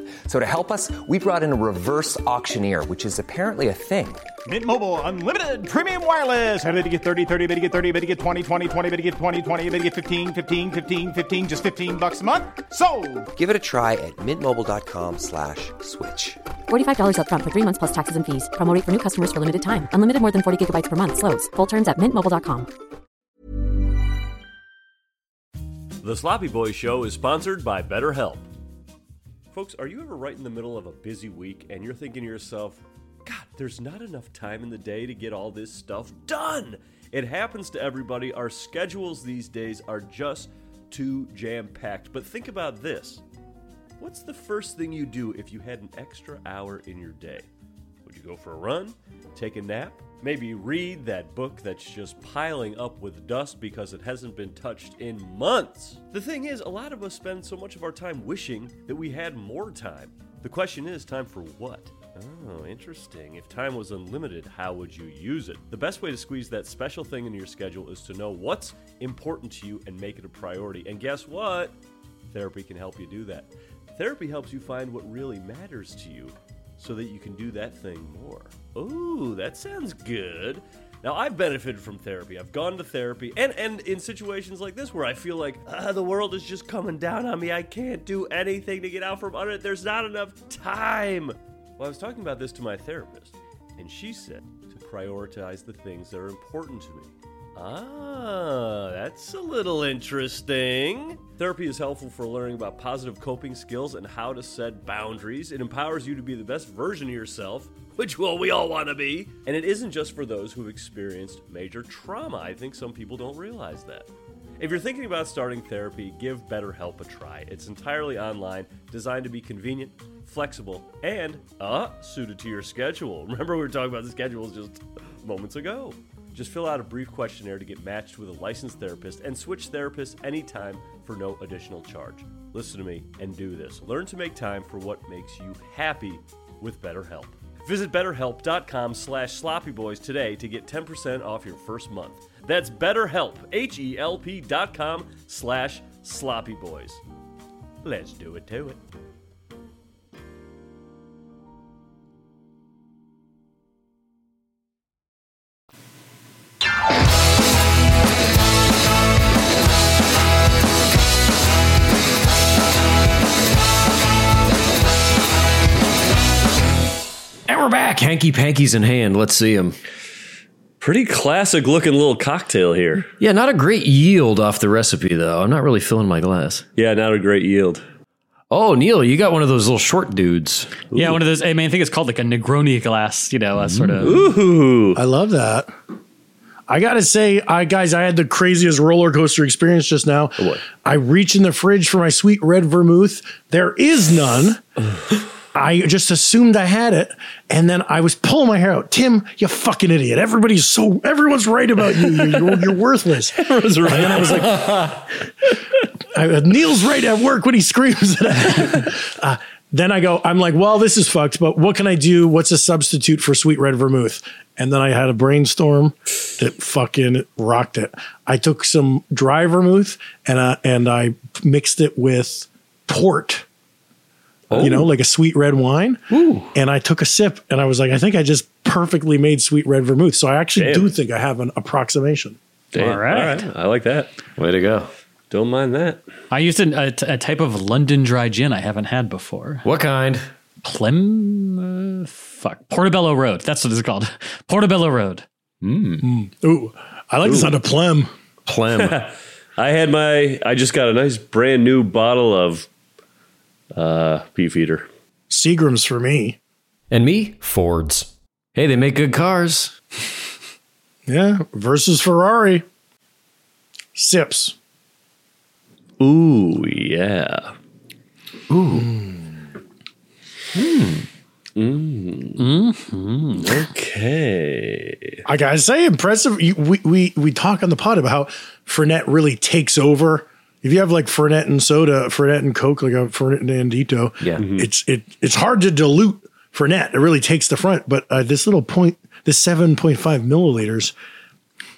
So to help us, we brought in a reverse auctioneer, which is apparently a thing. Mint Mobile unlimited premium wireless. Ready to get 30, 30, bet you get 30, bet you get 20, 20, 20, bet you get 20, 20, bet you get 15, 15, 15, 15 just 15 bucks a month. So, Give it a try at mintmobile.com slash switch. $45 up front for three months plus taxes and fees. Promo rate for new customers for limited time. Unlimited more than 40 gigabytes per month. Slows. Full terms at mintmobile.com. The Sloppy Boys Show is sponsored by BetterHelp. Folks, are you ever right in the middle of a busy week and you're thinking to yourself, God, there's not enough time in the day to get all this stuff done? It happens to everybody. Our schedules these days are just too jam packed. But think about this what's the first thing you do if you had an extra hour in your day? Would you go for a run? Take a nap? Maybe read that book that's just piling up with dust because it hasn't been touched in months? The thing is, a lot of us spend so much of our time wishing that we had more time. The question is, time for what? Oh, interesting. If time was unlimited, how would you use it? The best way to squeeze that special thing into your schedule is to know what's important to you and make it a priority. And guess what? Therapy can help you do that. Therapy helps you find what really matters to you so that you can do that thing more. Ooh, that sounds good. Now, I've benefited from therapy. I've gone to therapy, and, and in situations like this where I feel like ah, the world is just coming down on me, I can't do anything to get out from under it, there's not enough time. Well, I was talking about this to my therapist, and she said to prioritize the things that are important to me. Ah, that's a little interesting. Therapy is helpful for learning about positive coping skills and how to set boundaries. It empowers you to be the best version of yourself, which, well, we all want to be. And it isn't just for those who've experienced major trauma. I think some people don't realize that. If you're thinking about starting therapy, give BetterHelp a try. It's entirely online, designed to be convenient, flexible, and uh, suited to your schedule. Remember, we were talking about the schedules just moments ago. Just fill out a brief questionnaire to get matched with a licensed therapist and switch therapists anytime for no additional charge. Listen to me and do this. Learn to make time for what makes you happy with BetterHelp. Visit betterhelp.com slash sloppyboys today to get 10% off your first month. That's betterhelp, H-E-L-P dot com slash sloppyboys. Let's do it to it. we're back. Hanky pankies in hand. Let's see him. Pretty classic looking little cocktail here. Yeah, not a great yield off the recipe though. I'm not really filling my glass. Yeah, not a great yield. Oh, Neil, you got one of those little short dudes. Yeah, one of those. I mean, I think it's called like a Negroni glass. You know, a sort of. Ooh, I love that. I gotta say, I guys, I had the craziest roller coaster experience just now. I reach in the fridge for my sweet red vermouth. There is none. I just assumed I had it, and then I was pulling my hair out. Tim, you fucking idiot! Everybody's so everyone's right about you. you you're, you're worthless. Everyone's right. And then I was like, I, Neil's right at work when he screams. At Uh, then I go, I'm like, well, this is fucked, but what can I do? What's a substitute for sweet red vermouth? And then I had a brainstorm that fucking rocked it. I took some dry vermouth and uh, and I mixed it with port. You know, like a sweet red wine. And I took a sip and I was like, I think I just perfectly made sweet red vermouth. So I actually Damn. do think I have an approximation. damn. All right. I like that. Way to go. Don't mind that. I used an, a, t- a type of London dry gin I haven't had before. What kind? Plymouth, uh, fuck, Portobello Road. That's what it's called. Portobello Road. Ooh, I like the sound of plem. Plem. I had my. I just got a nice brand new bottle of uh, Beefeater. Seagram's for me. and me? Fords. Hey, they make good cars. Yeah, versus Ferrari. Sips. Ooh, yeah. Hmm. Ooh. Mm. Mm. Okay. I gotta say, impressive. You- We we we talk on the pod about how Fernet really takes over. If you have like Fernet and soda, Fernet and Coke, like a Fernet and Andito, Yeah. Mm-hmm. Mhm. it's it it's hard to dilute Fernet. It really takes the front. But uh, this little point, this seven point five milliliters,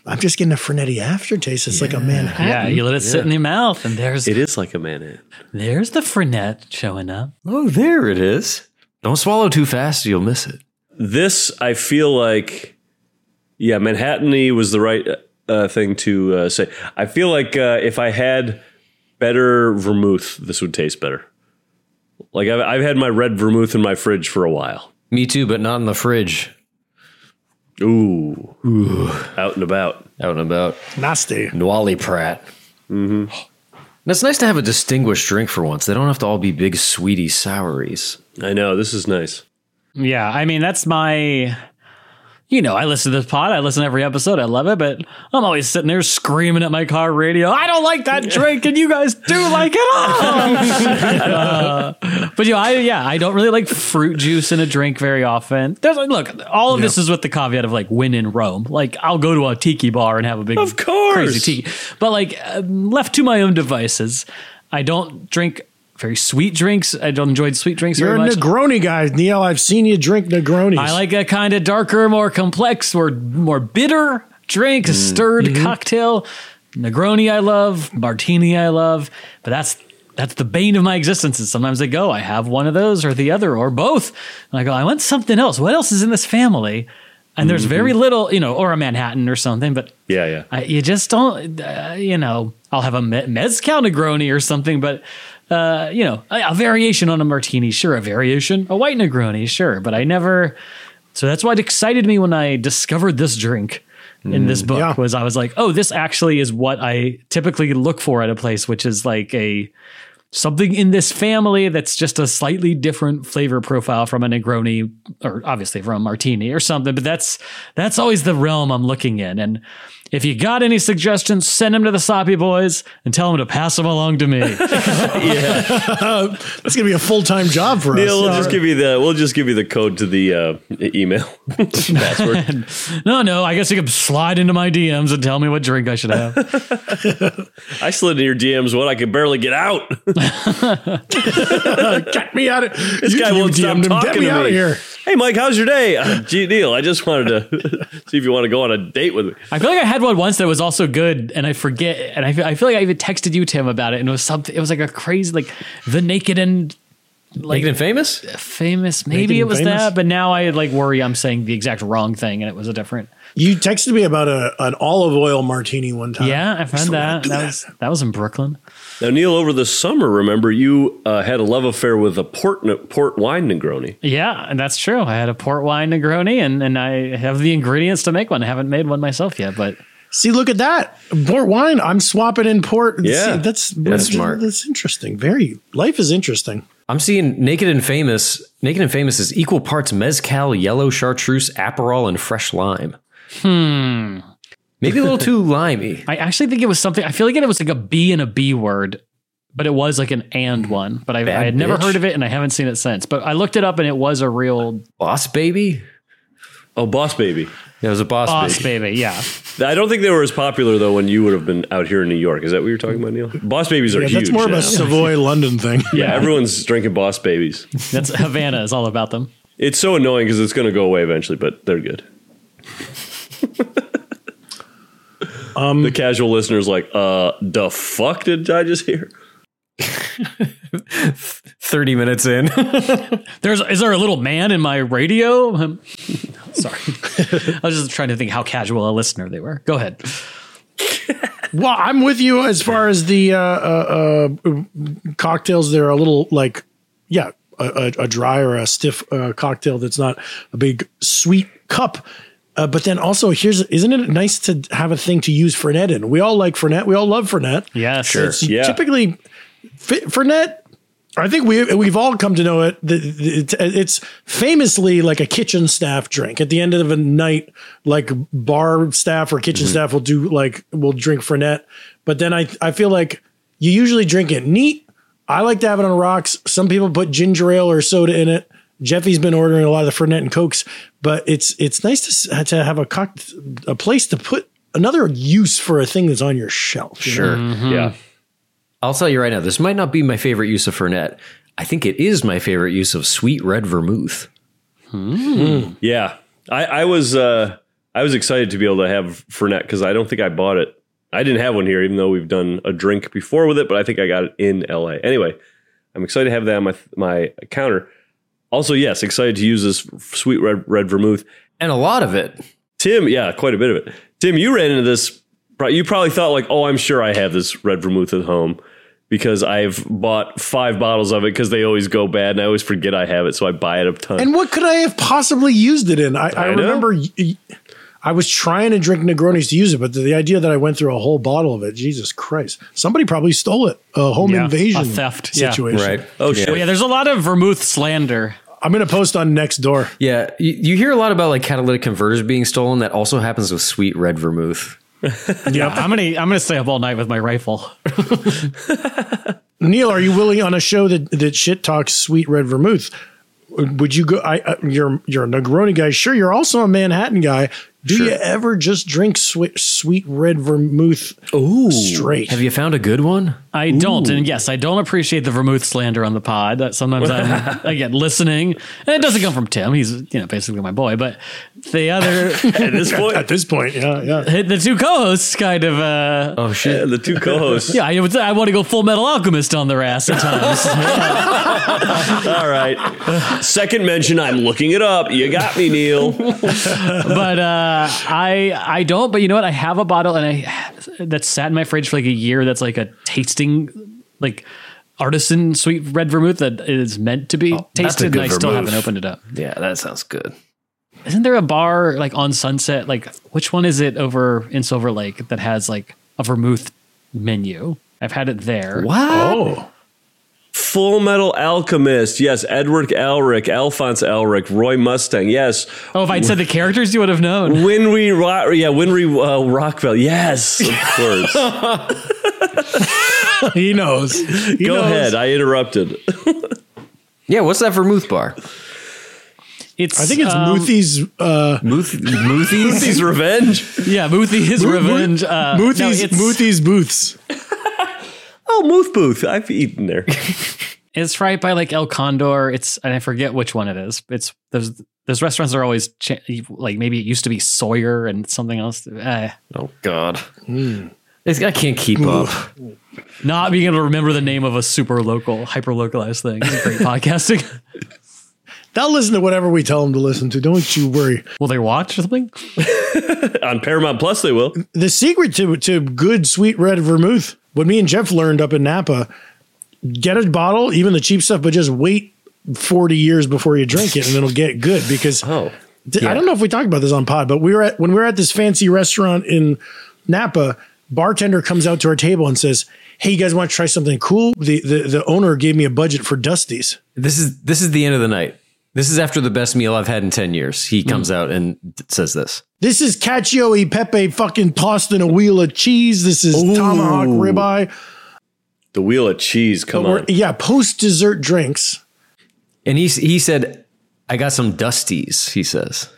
I'm just getting a Fernetti aftertaste. It's like a Manhattan. Yeah, you let it sit in your mouth, and there's It is like a manant. there's the Fernet showing up. Oh, there it is. Don't swallow too fast, you'll miss it. This, I feel like, yeah, Manhattan was the right uh, thing to uh, say. I feel like uh, if I had better vermouth, this would taste better. Like, I've, I've had my red vermouth in my fridge for a while. Me too, but not in the fridge. Ooh. Out and about. Out and about. Nasty. Nwali Pratt. Mm-hmm. And it's nice to have a distinguished drink for once. They don't have to all be big sweetie souries. I know. This is nice. Yeah, I mean that's my you know, I listen to this pod, I listen to every episode, I love it, but I'm always sitting there screaming at my car radio, I don't like that drink, and you guys do like it all. Uh, but you know, I yeah, I don't really like fruit juice in a drink very often. There's like look, all of this is with the caveat of like when in Rome. Like I'll go to a tiki bar and have a big Of course. crazy tiki. But like um, left to my own devices, I don't drink very sweet drinks. I don't enjoy sweet drinks You're very a much. Negroni guy, Neil. I've seen you drink Negronis. I like a kind of darker, more complex, or more bitter drink, a stirred cocktail. Negroni I love, martini I love, but that's that's the bane of my existence. And sometimes I go, I have one of those or the other or both. And I go, I want something else. What else is in this family? And there's very little, you know, or a Manhattan or something, but Yeah, yeah. I, you just don't, uh, you know, I'll have a me- mezcal Negroni or something, but, uh, you know, a, a variation on a martini, sure, a variation, a white Negroni, sure, but I never. So that's what excited me when I discovered this drink in this book yeah. was I was like, oh, this actually is what I typically look for at a place, which is like a something in this family that's just a slightly different flavor profile from a Negroni or obviously from a martini or something. But that's that's always the realm I'm looking in. And if you got any suggestions, send them to the Soppy Boys and tell them to pass them along to me. It's Uh, gonna be a full time job for Neil, we'll us. just give you the we'll just give you the code to the uh, e- email password. no, no, I guess you can slide into my DMs and tell me what drink I should have. I slid in your DMs when I could barely get out. Get me out of This guy won't stop talking Get me to out me. of here. Hey, Mike, how's your day? Uh, gee, Neil, I just wanted to see if you want to go on a date with me. I feel like I had one once that was also good, and I forget. And I feel, I feel like I even texted you Tim about it, and it was something. It was like a crazy, like the naked and like Making him famous? famous. Maybe Making it him was famous? that, but now I like worry I'm saying the exact wrong thing and it was a different. You texted me about a an olive oil martini one time. Yeah, I found still wanna that. do That, that. was that was in Brooklyn. Now, Neil, over the summer, remember you uh, had a love affair with a port port wine Negroni. Yeah, and that's true. I had a port wine Negroni, and and I have the ingredients to make one. I haven't made one myself yet, but See, look at that. Port wine. I'm swapping in port. Yeah. See, that's That's smart. That's interesting. Very life is interesting. I'm seeing Naked and Famous. Naked and Famous is equal parts mezcal, yellow chartreuse, aperol, and fresh lime. Hmm. Maybe a little too limey. I actually think it was something. I feel like it was like a B and a B word, but it was like an and one. But I, I Bad had never bitch. heard of it, and I haven't seen it since. But I looked it up, and it was a real Boss baby. Oh, Boss Baby. That was a boss, boss baby. baby. Yeah, I don't think they were as popular though when you would have been out here in New York. Is that what you're talking about, Neil? Boss Babies are Yeah, huge. that's more of now. a Savoy London thing. yeah, everyone's drinking Boss Babies. that's Havana is all about them. It's so annoying because it's going to go away eventually, but they're good. the casual listener's like, uh, the fuck did I just hear? 30 minutes in. There's is there a little man in my radio? Um, sorry, I was just trying to think how casual a listener they were. Go ahead. Well, I'm with you as far as the uh, uh, uh, cocktails. They're a little like, yeah, a, a, a dry or a stiff uh, cocktail that's not a big sweet cup. Uh, but then also, here's isn't it nice to have a thing to use Fernet in? We all like Fernet. We all love Fernet. Yeah, sure. It's Yeah. typically F- Fernet. I think we we've all come to know it. that It's it's famously like a kitchen staff drink. At the end of a night, like bar staff or kitchen staff will do like will drink Fernet. But then I I feel like you usually drink it neat. I like to have it on rocks. Some people put ginger ale or soda in it. Jeffy's been ordering a lot of the Fernet and Cokes, but it's it's nice to s- to have a cock, a place to put another use for a thing that's on your shelf. you know? sure. Yeah. I'll tell you right now, this might not be my favorite use of Fernet. I think it is my favorite use of sweet red vermouth. Yeah, I, I was uh, I was excited to be able to have Fernet because I don't think I bought it. I didn't have one here, even though we've done a drink before with it. But I think I got it in L.A. Anyway, I'm excited to have that on my my counter. Also, yes, excited to use this sweet red red vermouth. And a lot of it. Tim, yeah, quite a bit of it. Tim, you ran into this. pro- You probably thought like, oh, I'm sure I have this red vermouth at home because I've bought five bottles of it because they always go bad and I always forget I have it, so I buy it a ton. And what could I have possibly used it in? I, I, know. remember y- y- I was trying to drink Negronis to use it, but the, the idea that I went through a whole bottle of it, Jesus Christ. Somebody probably stole it. A home Yeah, invasion a theft, yeah. situation. oh shit! Well, yeah, there's a lot of vermouth slander. I'm going to post on next door. Yeah. You, you hear a lot about like catalytic converters being stolen. That also happens with sweet red vermouth. Yeah, I'm gonna I'm gonna stay up all night with my rifle. Neil, are you willing on a show that, that shit talks sweet red vermouth? Would you go? I, uh, you're you're a Negroni guy. Sure, you're also a Manhattan guy. Do you ever just drink sweet sweet red vermouth straight? Have you found a good one? I don't, and yes, I don't appreciate the vermouth slander on the pod. That sometimes I'm again listening, and it doesn't come from Tim. He's you know basically my boy, but the other At this point, At this point, yeah, yeah. the two co-hosts kind of uh, Oh, shit. the two co-hosts. yeah. I, would say I want to go Full Metal Alchemist on their ass sometimes. All right. Second mention. I'm looking it up. You got me, Neil. but uh, I I don't. But you know what? I have a bottle and I that sat in my fridge for like a year. That's like a tasting like artisan sweet red vermouth that is meant to be Oh, that's a tasted, and good I still vermouth. haven't opened it up. Yeah, that sounds good. Isn't there a bar like on Sunset? Like which one is it over in Silver Lake that has like a vermouth menu? I've had it there. What? Oh, Full Metal Alchemist. Yes, Edward Elric, Alphonse Elric, Roy Mustang. Yes. Oh, if I'd said the characters, you would have known. When we rock, yeah, when we uh, Rockville. Yes, of course. he knows. He Go knows. ahead. I interrupted. Yeah, what's that vermouth bar? It's I think it's um, Moothies. Uh, Muth- Moothies? Lucy's revenge. Yeah, Moothie is revenge. Uh, no, Moothies, it's- Moothies booths. Oh, Mooth Booth. I've eaten there. It's right by like El Condor. It's and I forget which one it is. It's those those restaurants are always Eh. cha- like maybe it used to be Sawyer and something else. Uh, oh, God. It's, I can't keep up. Not being able to remember the name of a super local, hyper localized thing. is Great podcasting. They'll listen to whatever we tell them to listen to. Don't you worry. Will they watch or something? On Paramount Plus, they will. The secret to, to good sweet red vermouth, what me and Jeff learned up in Napa, get a bottle, even the cheap stuff, but just wait 40 years before you drink it and it'll get good because Oh, D- I don't know if we talked about this on pod, but we were at when we were at this fancy restaurant in Napa. Bartender comes out to our table and says, "Hey, you guys want to try something cool?" The the, the owner gave me a budget for Dusties. this is this is the end of the night. This is after the best meal I've had in ten years. He comes out and d- says this. This is cacio e pepe fucking tossed in a wheel of cheese. This is tomahawk ribeye. The wheel of cheese. Come Or- on. yeah, post dessert drinks. And he he said, "I got some dusties." He says,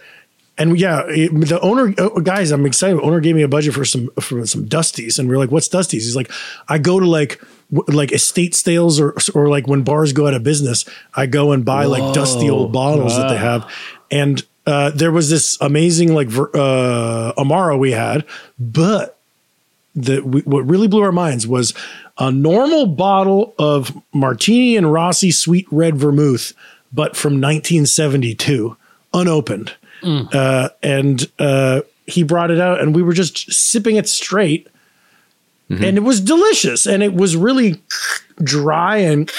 And yeah, it- the owner oh, guys, I'm excited. Owner gave me a budget for some for some dusties, and we're like, "What's dusties?" He's like, "I go to like w- like estate sales or or like when bars go out of business, I go and buy like dusty old bottles that they have." And uh, there was this amazing like ver- uh, amaro we had, but the we, what really blew our minds was a normal bottle of Martini and Rossi sweet red vermouth, but from 1972, unopened Mm. and uh, he brought it out, and we were just sipping it straight, Mm-hmm. and it was delicious, and it was really dry and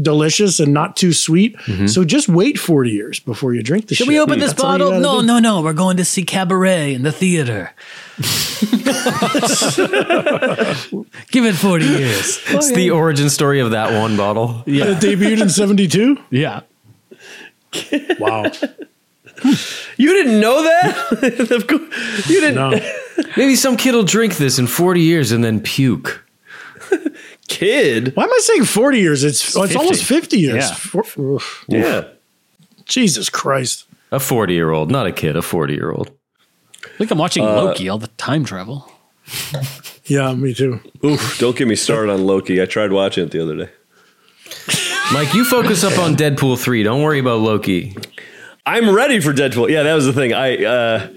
delicious, and not too sweet. So just wait forty years before you drink the. Should Mm-hmm. we open this bottle? No, no, no. We're going to see Cabaret in the theater. Give it 40 years. "It's the origin story of that one bottle." Yeah. It debuted in seventy two. Yeah. Wow. You didn't know that? Of course- you didn't. No. Maybe some kid will drink this in forty years and then puke. Kid. Why am I saying forty years? It's oh, it's, almost fifty years. Yeah. For- oof. Yeah. Jesus Christ. A forty-year-old, not a kid, a forty-year-old. I think I'm watching Loki, all the time travel. Yeah, me too. Oof. Don't get me started on Loki. I tried watching it the other day. Mike, you focus up on Deadpool three. Don't worry about Loki. I'm ready for Deadpool. Yeah, that was the thing. I uh,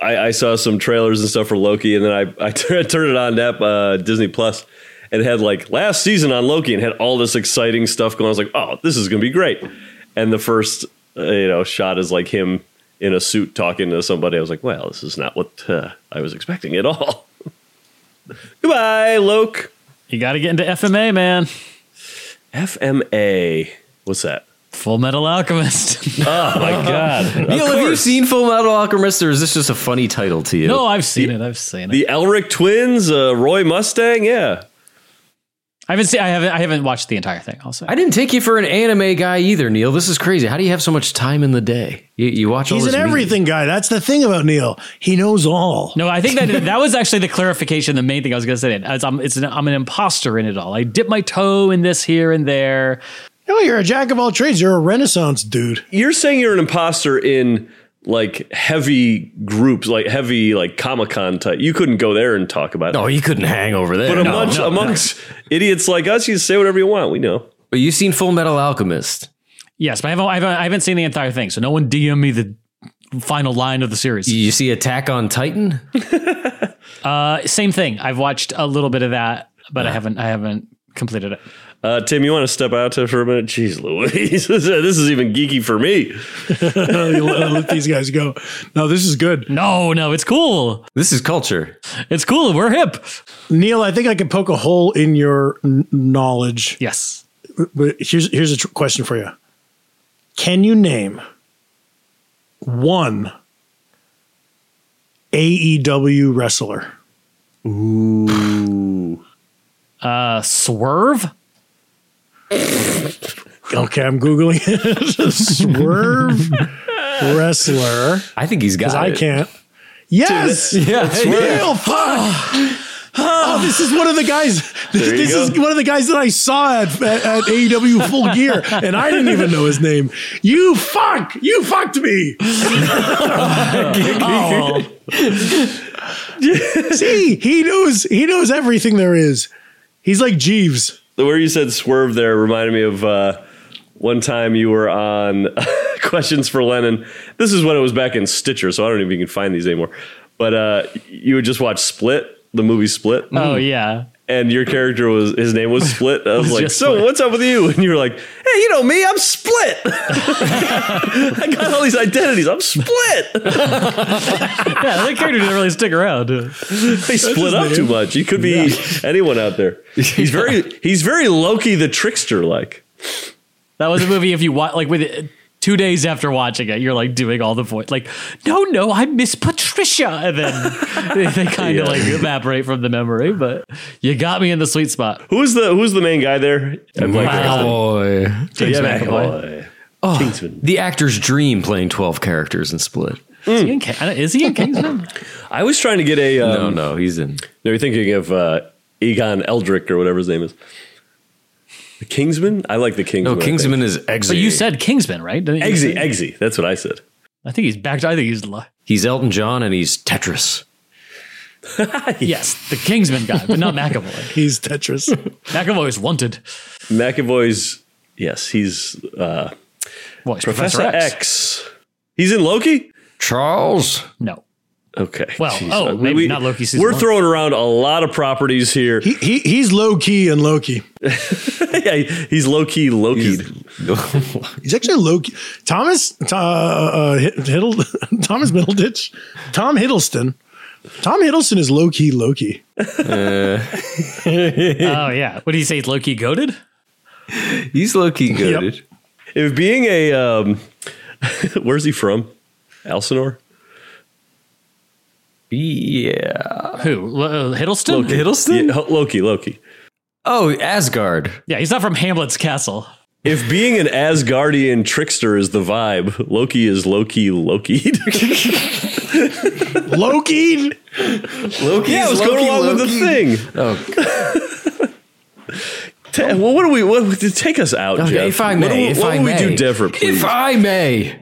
I, I saw some trailers and stuff for Loki, and then I I turned it on to uh, Disney Plus, and it had like last season on Loki, and had all this exciting stuff going. I was like, oh, this is gonna be great. And the first uh, you know shot is like him in a suit talking to somebody. I was like, well, this is not what uh, I was expecting at all. Goodbye, Loke. You got to get into FMA, man. FMA. What's that? Full Metal Alchemist. Oh my god. Neil, have you seen Full Metal Alchemist, or is this just a funny title to you? no, I've seen it. I've seen it. The Elric twins, uh, Roy Mustang, yeah. I haven't seen. I haven't. I haven't watched the entire thing. Also, I didn't take you for an anime guy either, Neil. This is crazy. How do you have so much time in the day? You, you watch all He's this an media. everything guy. That's the thing about Neil. He knows all. no. I think that that was actually the clarification. The main thing I was going to say. As I'm, it's an, I'm an imposter in it all. I dip my toe in this here and there. No, you're a jack of all trades. You're a renaissance dude. You're saying you're an imposter in like heavy groups, like heavy like Comic Con type. You couldn't go there and talk about it. Oh, you couldn't hang over there. but No. amongst, amongst idiots like us, you say whatever you want. We know. But you've seen Full Metal Alchemist. Yes, but I haven't, I haven't. I haven't seen the entire thing. So no one DM me the final line of the series. You see Attack on Titan? Uh, same thing. I've watched a little bit of that, but I haven't. I haven't completed it. Uh, Tim, you want to step out to for a minute? Jeez Louise, this is even geeky for me. You let, let these guys go. No, this is good. No, no, it's cool. This is culture. It's cool. We're hip. Neil, I think I could poke a hole in your n- knowledge. Yes. But here's here's a tr- question for you. Can you name one AEW wrestler? Uh, swerve. Okay, I'm googling it. Swerve wrestler. I think he's got Because I it. can't. Yes. Yeah, Neil, fuck. Oh, this is one of the guys. This, you this is go. one of the guys that I saw at, at, at AEW Full Gear, and I didn't even know his name. You fuck. You fucked me. Oh, See, he knows. He knows everything there is. He's like Jeeves. The where you said swerve there reminded me of uh, one time you were on questions for Lennon. This is when it was back in Stitcher, so I don't even think you can find these anymore. But uh, you would just watch Split, the movie Split. Oh yeah. and your character was his name was Split. I was, like, just so Split. what's up with you? And you were like, hey, you know me, I'm Split. I got all these identities. I'm Split. Yeah, that character didn't really stick around. They split up too much. You could be anyone out there. He's very he's very Loki the trickster like. That was a movie if you watch like with two days after watching it, you're like doing all the voice like, no, no, I miss Patricia. And then they, they kind of Yeah. like evaporate from the memory, but you got me in the sweet spot. Who's the who's the main guy there? I'm like, McAvoy. yeah, McAvoy. McAvoy. Oh. Kingsman. The actor's dream playing 12 characters in Split. Is he in, Ki- is he in Kingsman? I was trying to get a um, No, no, he's in. No, you're thinking of uh, Egon Eldrick or whatever his name is. The Kingsman? I like the No, Kingsman. Kingsman is Eggsy. but you said Kingsman, right? Didn't you say- Eggsy, Eggsy. That's what I said. I think he's back. I think he's li- he's Elton John and he's Tetris. yes, the Kingsman guy, but not McAvoy. He's Tetris. McAvoy is wanted. McAvoy's, yes, he's uh, Well, he's Professor X. He's in Loki? Charles. No, Okay. Well, oh, Uh, maybe not Loki season We're one. throwing around a lot of properties here. he, he he's low key and Loki. yeah, he's low key Loki. He's actually low key. Thomas uh, uh, Hid- Hiddle, Thomas Middleditch, Tom Hiddleston. Tom Hiddleston is low key Loki. Oh yeah. What do you say? It's Loki goaded? He's low key goaded. If being a, um, where's he from? Elsinore? Yeah. Who? Lo- uh, Hiddleston? Hiddleston? Yeah, Loki, Loki. Oh, Asgard. Yeah, he's not from Hamlet's castle. If being an Asgardian trickster is the vibe, Loki is Loki Loki. Loki. Loki. yeah, I was going along with the thing. Oh, Ta- Oh. well, what do we? What would take us out, okay, Jeff? if I What do we- may, if what I would may, we do different, please? If I may,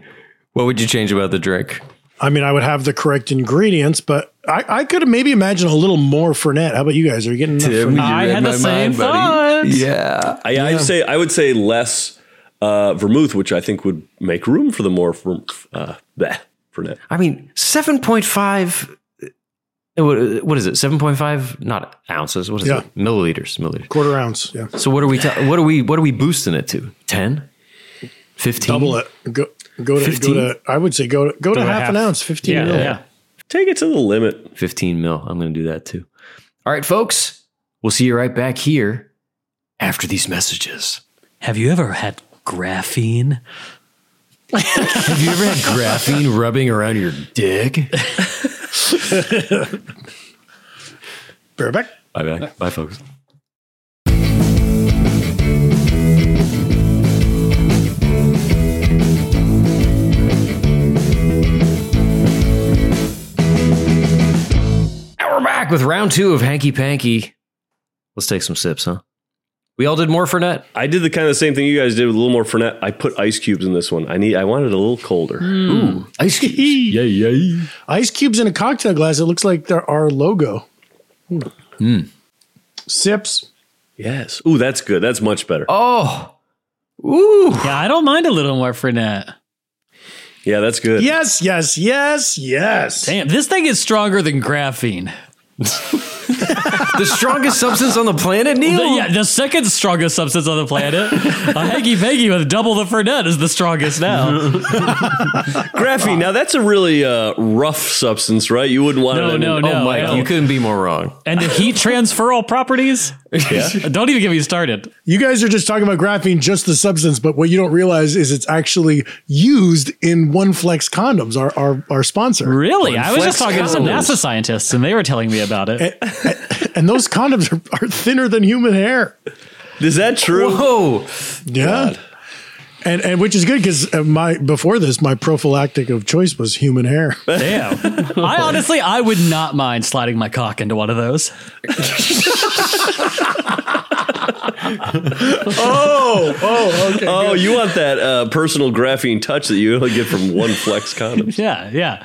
what would you change about the drink? I mean, I would have the correct ingredients, but I, I could maybe imagine a little more Fernet. How about you guys? Are you getting enough? Fernet? I had the same buddy. thoughts. Yeah, I, I'd say I would say less uh, vermouth, which I think would make room for the more from uh, bleh, Fernet. I mean seven point five. uh, What, what is it? Seven point five, not ounces. What is Yeah. it? Milliliters, milliliters. Quarter ounce. Yeah. So what are we? Ta- what are we? What are we boosting it to? 10? 15? Double it. Go go to Fifteen? go to. I would say go to go to half, an ounce. Fifteen. Yeah, mil. yeah. Take it to the limit. Fifteen mil. I'm going to do that too. All right, folks. We'll see you right back here after these messages. Have you ever had graphene? Have you ever had graphene rubbing around your dick? Bear back. Bye bye. Bye folks. And we're back with round two of Hanky Panky. Let's take some sips, huh? We all did more for net. I did the kind of same thing you guys did with a little more Fernet. I put ice cubes in this one. I need. I wanted a little colder. Ice cubes. yay, yay. Ice cubes in a cocktail glass. It looks like they're our logo. Hmm. Sips. Yes. Ooh, that's good. That's much better. Oh. Ooh. Yeah, I don't mind a little more Fernet. Yeah, that's good. Yes. Yes. Yes. Yes. Damn, this thing is stronger than graphene. The strongest substance on the planet, Neil? The- yeah, the second strongest substance on the planet. a hanky panky with double the Fernet is the strongest now. Graphene. Now that's a really uh, rough substance, right? You wouldn't want No, it. in no, an- no. Oh, Mike, no. you couldn't be more wrong. and the heat transferal properties? Don't even get me started. You guys are just talking about graphene, just the substance, but what you don't realize is it's actually used in One Flex condoms, our our, our sponsor. Really? I was flex just talking to some condoms. NASA scientists and they were telling me about it. And those condoms are, are thinner than human hair. Is that true? Oh. Whoa. Yeah. And, and which is good because my before this my prophylactic of choice was human hair. Damn. I honestly, I would not mind sliding my cock into one of those. Oh, oh, okay. Oh, you want that uh, personal graphene touch that you only get from one flex condom? Yeah, yeah.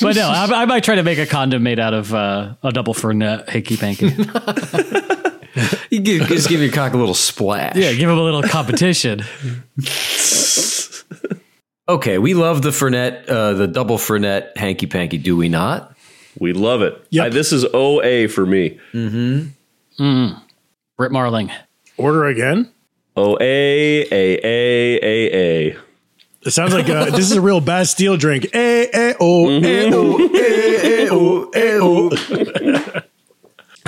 But no, I, I might try to make a condom made out of uh, a double Fernet hickey panky. You give, just give your cock a little splash. yeah, give him a little competition. Okay, we love the Fernet, uh, the double Fernet hanky panky, do we not? We love it. Yep. I- this is OA for me. Britt Marling. Order again. OA, A, A, A, A. It sounds like uh this is a real Bastille drink. Eh, eh, oh, Mm-hmm. eh, oh, eh, eh, oh, eh, oh.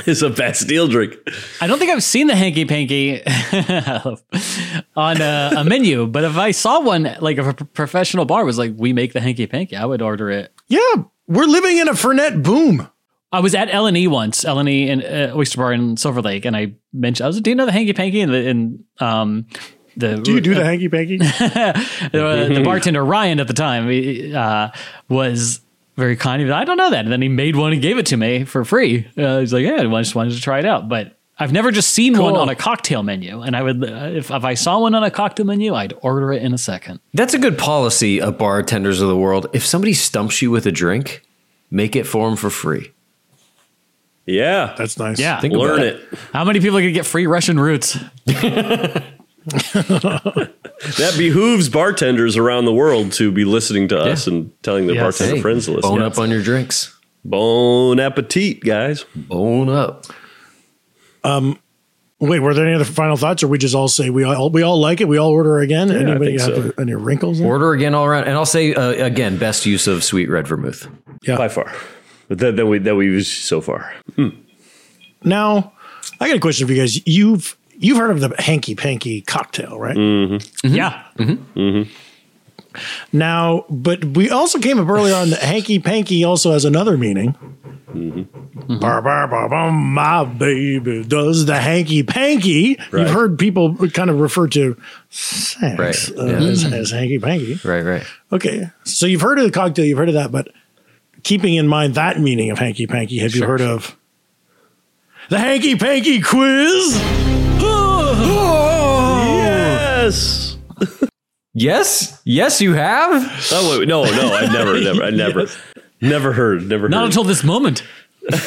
It's a Bastille drink. I don't think I've seen the hanky panky on a, a menu, but if I saw one, like if a pro- professional bar was like, "We make the hanky panky," I would order it. Yeah, we're living in a Fernet boom. I was at L and E once, L and E and uh, Oyster Bar in Silver Lake, and I mentioned, "I was, like, do you know the hanky panky?" And the and um, the Do you do the hanky panky? the, the bartender Ryan at the time he, uh, was very kind. He was, I don't know that. And then he made one and gave it to me for free. Uh, he's like, yeah, I just wanted to try it out. But I've never just seen one on a cocktail menu. And I would, uh, if, if I saw one on a cocktail menu, I'd order it in a second. That's a good policy of bartenders of the world. If somebody stumps you with a drink, make it for them for free. Yeah. That's nice. Yeah. Think Learn about it. How many people are going to get free Russian roots? That behooves bartenders around the world to be listening to us and telling their Yes. bartender Hey, friends to listen. Bone up on your drinks. Bon appetit, guys. Bone up. Wait, were there any other final thoughts, or we just all say we all we all like it? We all order again. Anybody think have so. any wrinkles? in it? Order again all around. And I'll say uh, again, best use of sweet red vermouth. By far. But that, that, we, that we've used so far. Now, I got a question for you guys. You've you've heard of the hanky panky cocktail, right? Mm-hmm. Yeah. Now, but we also came up earlier on that hanky panky also has another meaning. Mm-hmm. Bar, bar, bar, bum, my baby does the hanky panky. Right. You've heard people kind of refer to sex Right, uh, yeah. as, as hanky panky. Right, right. Okay, so you've heard of the cocktail, you've heard of that, but keeping in mind that meaning of hanky panky, have you heard of the hanky panky quiz? Yes. Yes, yes, you have. Oh, wait, no, no. I never, never, I never, never heard, never Not heard. until this moment. Well,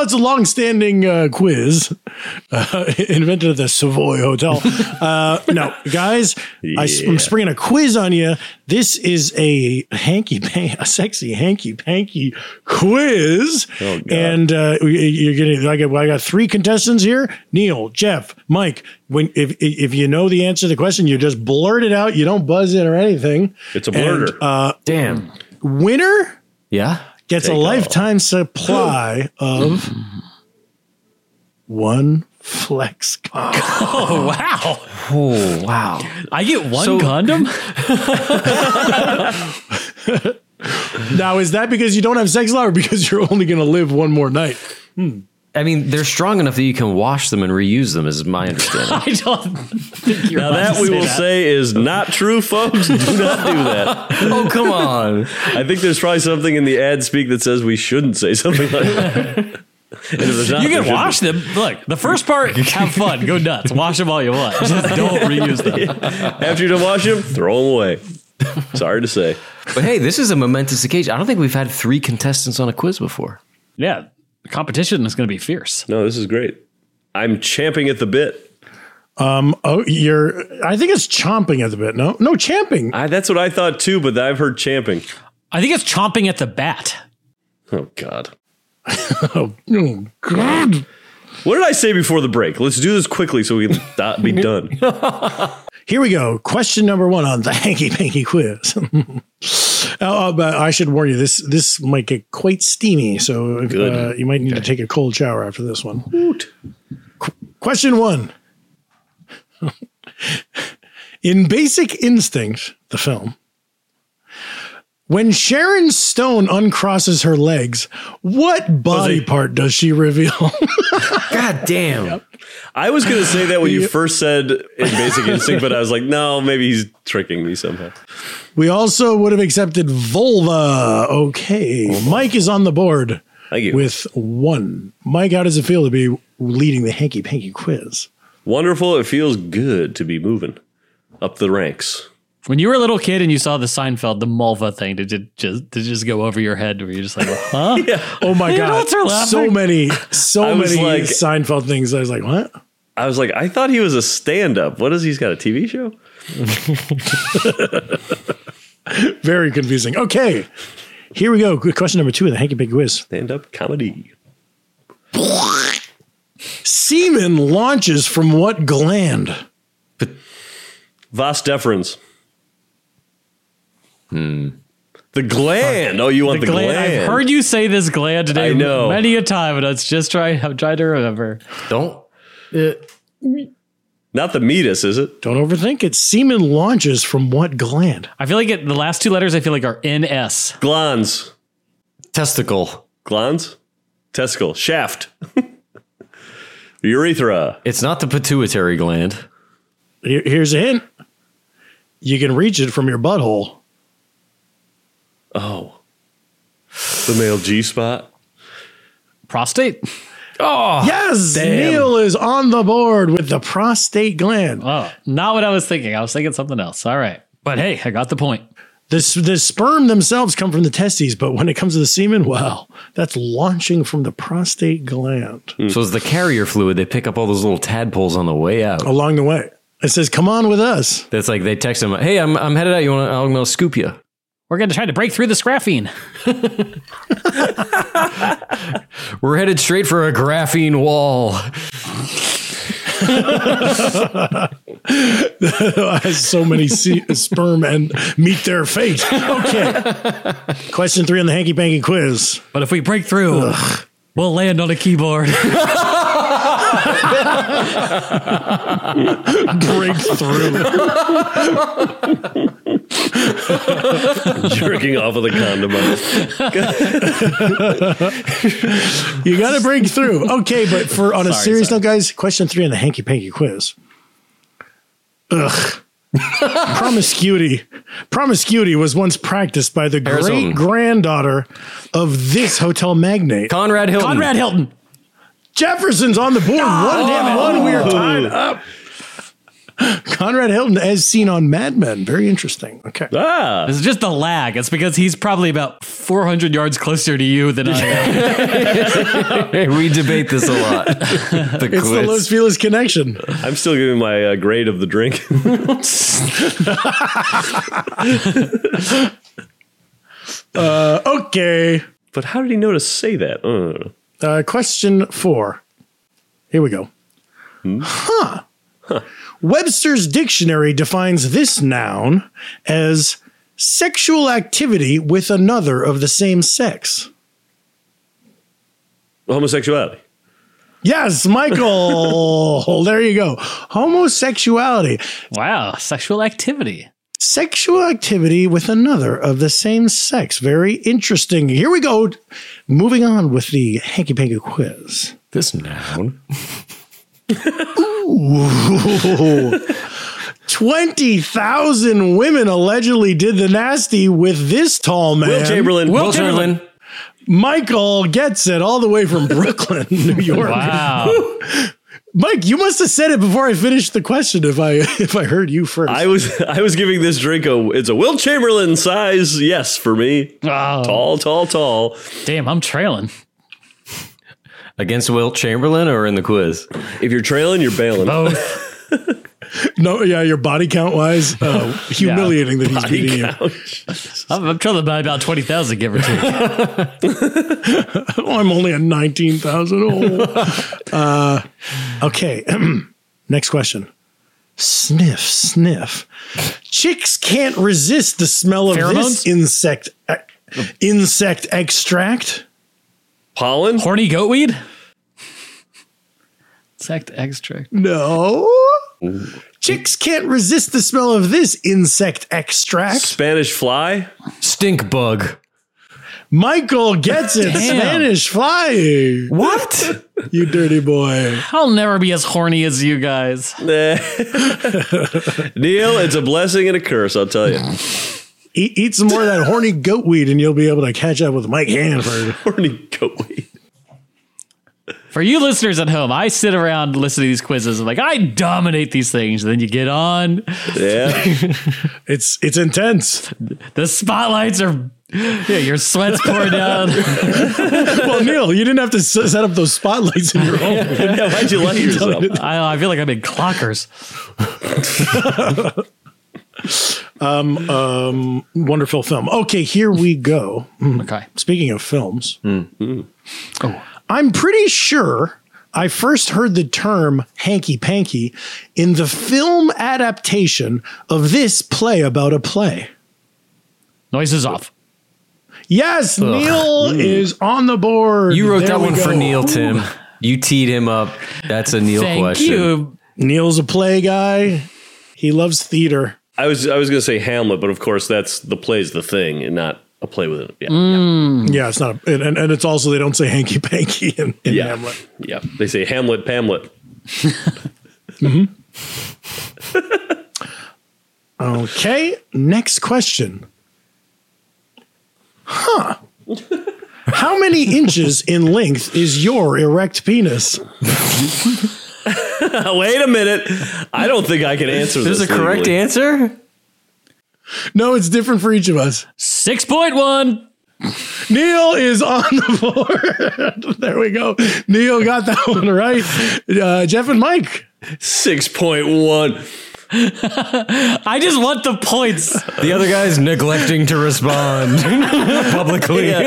it's a long-standing uh, quiz uh, invented at the Savoy Hotel. Uh, no, guys, I, am springing a quiz on you. This is a hanky, pan- a sexy hanky panky quiz, and uh, y- you're getting. I got, I got three contestants here: Neil, Jeff, Mike. When if if you know the answer to the question, you just blurt it out. You don't buzz in or anything. It's a And, blurter. Damn. Winner Yeah. gets a Take all. lifetime supply of one flex condom. Oh, wow. Oh wow. I get one So- condom? now, is that because you don't have sex love or because you're only going to live one more night? I mean, they're strong enough that you can wash them and reuse them. Is my understanding. I don't think you're now allowed that to we say will that. say is not true, folks. Do not do that. oh come on. I think there's probably something in the ad speak that says we shouldn't say something like that. and if there's not, You there can should wash be. them. Look, the first part, have fun, go nuts, wash them all you want. Just don't reuse them. After you don't wash them, throw them away. Sorry to say. But hey, this is a momentous occasion. I don't think we've had three contestants on a quiz before. Yeah, the competition is going to be fierce. No, this is great. I'm champing at the bit. Oh, you're, I think it's chomping at the bit. No, no, champing. I, that's what I thought too, but I've heard champing. I think it's chomping at the bat. Oh God. Oh, God. What did I say before the break? Let's do this quickly so we can not be done. Here we go. Question number one on the hanky panky quiz. Oh, uh, but I should warn you. This this might get quite steamy, so uh, you might need to take a cold shower after this one. Qu- question one: In Basic Instinct, the film, when Sharon Stone uncrosses her legs, what body part does she reveal? God damn. I was going to say that when you first said in Basic Instinct, but I was like, no, maybe he's tricking me somehow. we also would have accepted vulva. Okay, Mike is on the board. Thank you. with one. Mike, how does it feel to be leading the hanky panky quiz? Wonderful. It feels good to be moving up the ranks. When you were a little kid and you saw the Seinfeld, the Mulva thing, did it just did it just go over your head? Where you're just like, huh? Oh my god! adults are laughing. So many, so I was many like- Seinfeld things. I was like, what? I was like, I thought he was a stand up. What is he's got a TV show? Very confusing. Okay, Here we go. Good question number two in the hanky panky quiz. Stand up comedy. Semen launches from what gland? Vas deferens. Hmm. The gland. Oh, you want the, gland? I've heard you say this gland today I know. many a time, and I was just trying. I'm trying to remember. Don't. Not the meatus, is it? Don't overthink it. Semen launches from what gland? I feel like it, the last two letters I feel like are NS. Glans. Testicle. Glans? Testicle. Shaft. Urethra. It's not the pituitary gland. Here- here's a hint. You can reach it from your butthole. Oh. The male G spot. Prostate. Yes, Neil is on the board with the prostate gland. Oh, not what I was thinking. I was thinking something else. All right, but hey, I got the point. The, s- the sperm themselves come from the testes, but when it comes to the semen, wow, that's launching from the prostate gland So it's the carrier fluid. They pick up all those little tadpoles on the way out. along the way. It says, "Come on with us." That's like they text them, "Hey, I'm I'm headed out. You want? to? I'm gonna scoop you." We're going to try to break through the graphene. We're headed straight for a graphene wall. so many se- sperm and meet their fate. Okay. Question three on the hanky panky quiz. But if we break through, we'll land on a keyboard. Breakthrough. Jerking off of the condom. on. you got to break through. Okay, but for on a serious note, guys, question three on the hanky panky quiz. Ugh. Promiscuity. Promiscuity was once practiced by the Arizona. great granddaughter of this hotel magnate. Conrad Hilton. Conrad Hilton. Jefferson's on the board. One damn one. Oh. We are tied up. Conrad Hilton, as seen on Mad Men. Very interesting. Okay. Ah. It's just the lag. It's because he's probably about 400 yards closer to you than I am. we debate this a lot. The It's the quiz. Los Feliz connection. I'm still giving my uh, grade of the drink. Uh, Okay. but how did he know to say that? I don't know. Uh, question four. Here we go. Huh. Webster's dictionary defines this noun as sexual activity with another of the same sex. Homosexuality. Yes, Michael. there you go. Homosexuality. Wow, sexual activity. sexual activity with another of the same sex. Very interesting. Here we go. Moving on with the hanky panky quiz. this noun. Ooh. 20,000 women allegedly did the nasty with this tall man. Will Chamberlain. Will Chamberlain. Michael gets it all the way from Brooklyn, New York. Wow. Mike, you must have said it before I finished the question if I if I heard you first. I was I was giving this drink a it's a Will Chamberlain size yes for me. Oh, Tall, tall, tall. damn, I'm trailing. Against Will Chamberlain or in the quiz? If you're trailing, you're bailing. Oh. Both. no, yeah, your body count wise, uh, humiliating that he's beating you. I'm, I'm trailing by about 20,000, give or take. Oh, I'm only at 19,000. Oh. uh, okay. Next question. Sniff, sniff. Chicks can't resist the smell of Pheromones? this insect uh, insect extract. Pollen? Horny goatweed? Sect extract. No. Chicks can't resist the smell of this insect extract. Spanish fly? Stink bug. Michael gets it. Spanish flying. What? You dirty boy. I'll never be as horny as you guys. Nah. Neil, it's a blessing and a curse, I'll tell you. Eat, eat some more of that horny goat weed and you'll be able to catch up with Mike Hanford. Horny goatweed. For you listeners at home, I sit around listening to these quizzes. I'm like, I dominate these things. Then you get on. Yeah. It's it's intense. The spotlights are, yeah, your sweat's pouring down. Well, Neil, you didn't have to s- set up those spotlights in your home. yeah. Why'd you light yourself? I, I feel like I'm in clockers. Um, um, wonderful film. Okay, here we go. Okay. Speaking of films, Hmm. I'm pretty sure I first heard the term hanky panky in the film adaptation of this play about a play. Noise is off. Yes, Neil is on the board. Hmm. You wrote There that we one for go. Neil, Tim. You teed him up. That's a Neil Thank question. you. Neil's a play guy. He loves theater. I was I was gonna say Hamlet, but of course that's the play's the thing and not a play with it. Yeah, Yeah, it's not, and, and, and it's also they don't say hanky panky in, in yeah, Hamlet. yeah. They say Hamlet, Pamlet. Okay, next question. Huh. How many inches in length is your erect penis? Wait a minute. I don't think I can answer this. There's a correct legally. answer? No, it's different for each of us. 6.1. Neil is on the board. there we go. Neil got that one right. Uh, Jeff and Mike. Six point one. I just want the points. The other guy's neglecting to respond publicly. Our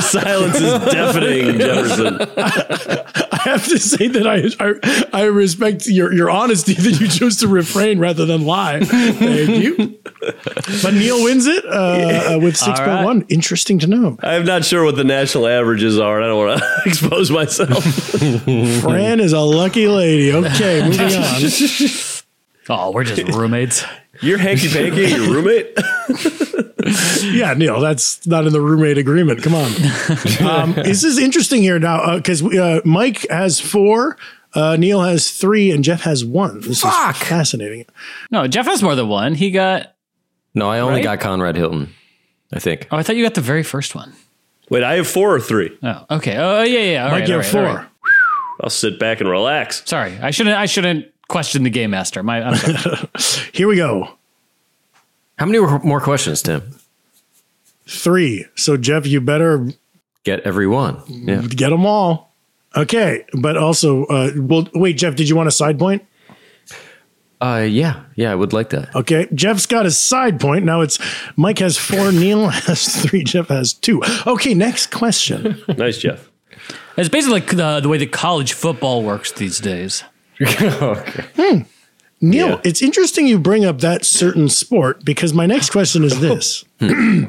silence is deafening, Jefferson. I have to say that I I, I respect your, your honesty that you chose to refrain rather than lie. Thank you. But Neil wins it uh, uh, with 6.1. Interesting to know. I'm not sure what the national averages are. and I don't want to expose myself. Fran is a lucky lady. Okay, moving on. Oh, we're just roommates. You're hanky panky, your roommate. Yeah, Neil, that's not in the roommate agreement. Come on. Um, this is interesting here now because uh, Mike has four, uh, Neil has three, and Jeff has one. This Fuck. is fascinating. No, Jeff has more than one. He got, No, I only Right? got Conrad Hilton, I think. oh, I thought you got the very first one. Wait, I have four or three. Oh, okay. Oh, yeah, yeah. All Mike, right, you all have right, four. all right. I'll sit back and relax. Sorry, I shouldn't. I shouldn't question the game master. My, I'm sorry. Here we go. How many more questions, Tim? Three. So, Jeff, you better Get every one. Yeah. get them all. Okay. But also, uh, well, wait, Jeff, did you want a side point? Uh, yeah. Yeah, I would like that. Okay, Jeff's got a side point. Now it's Mike has four, Neil has three, Jeff has two. Okay, next question. Nice, Jeff. it's basically like the, the way that college football works these days. Neil, Yeah. it's interesting you bring up that certain sport because my next question is this. the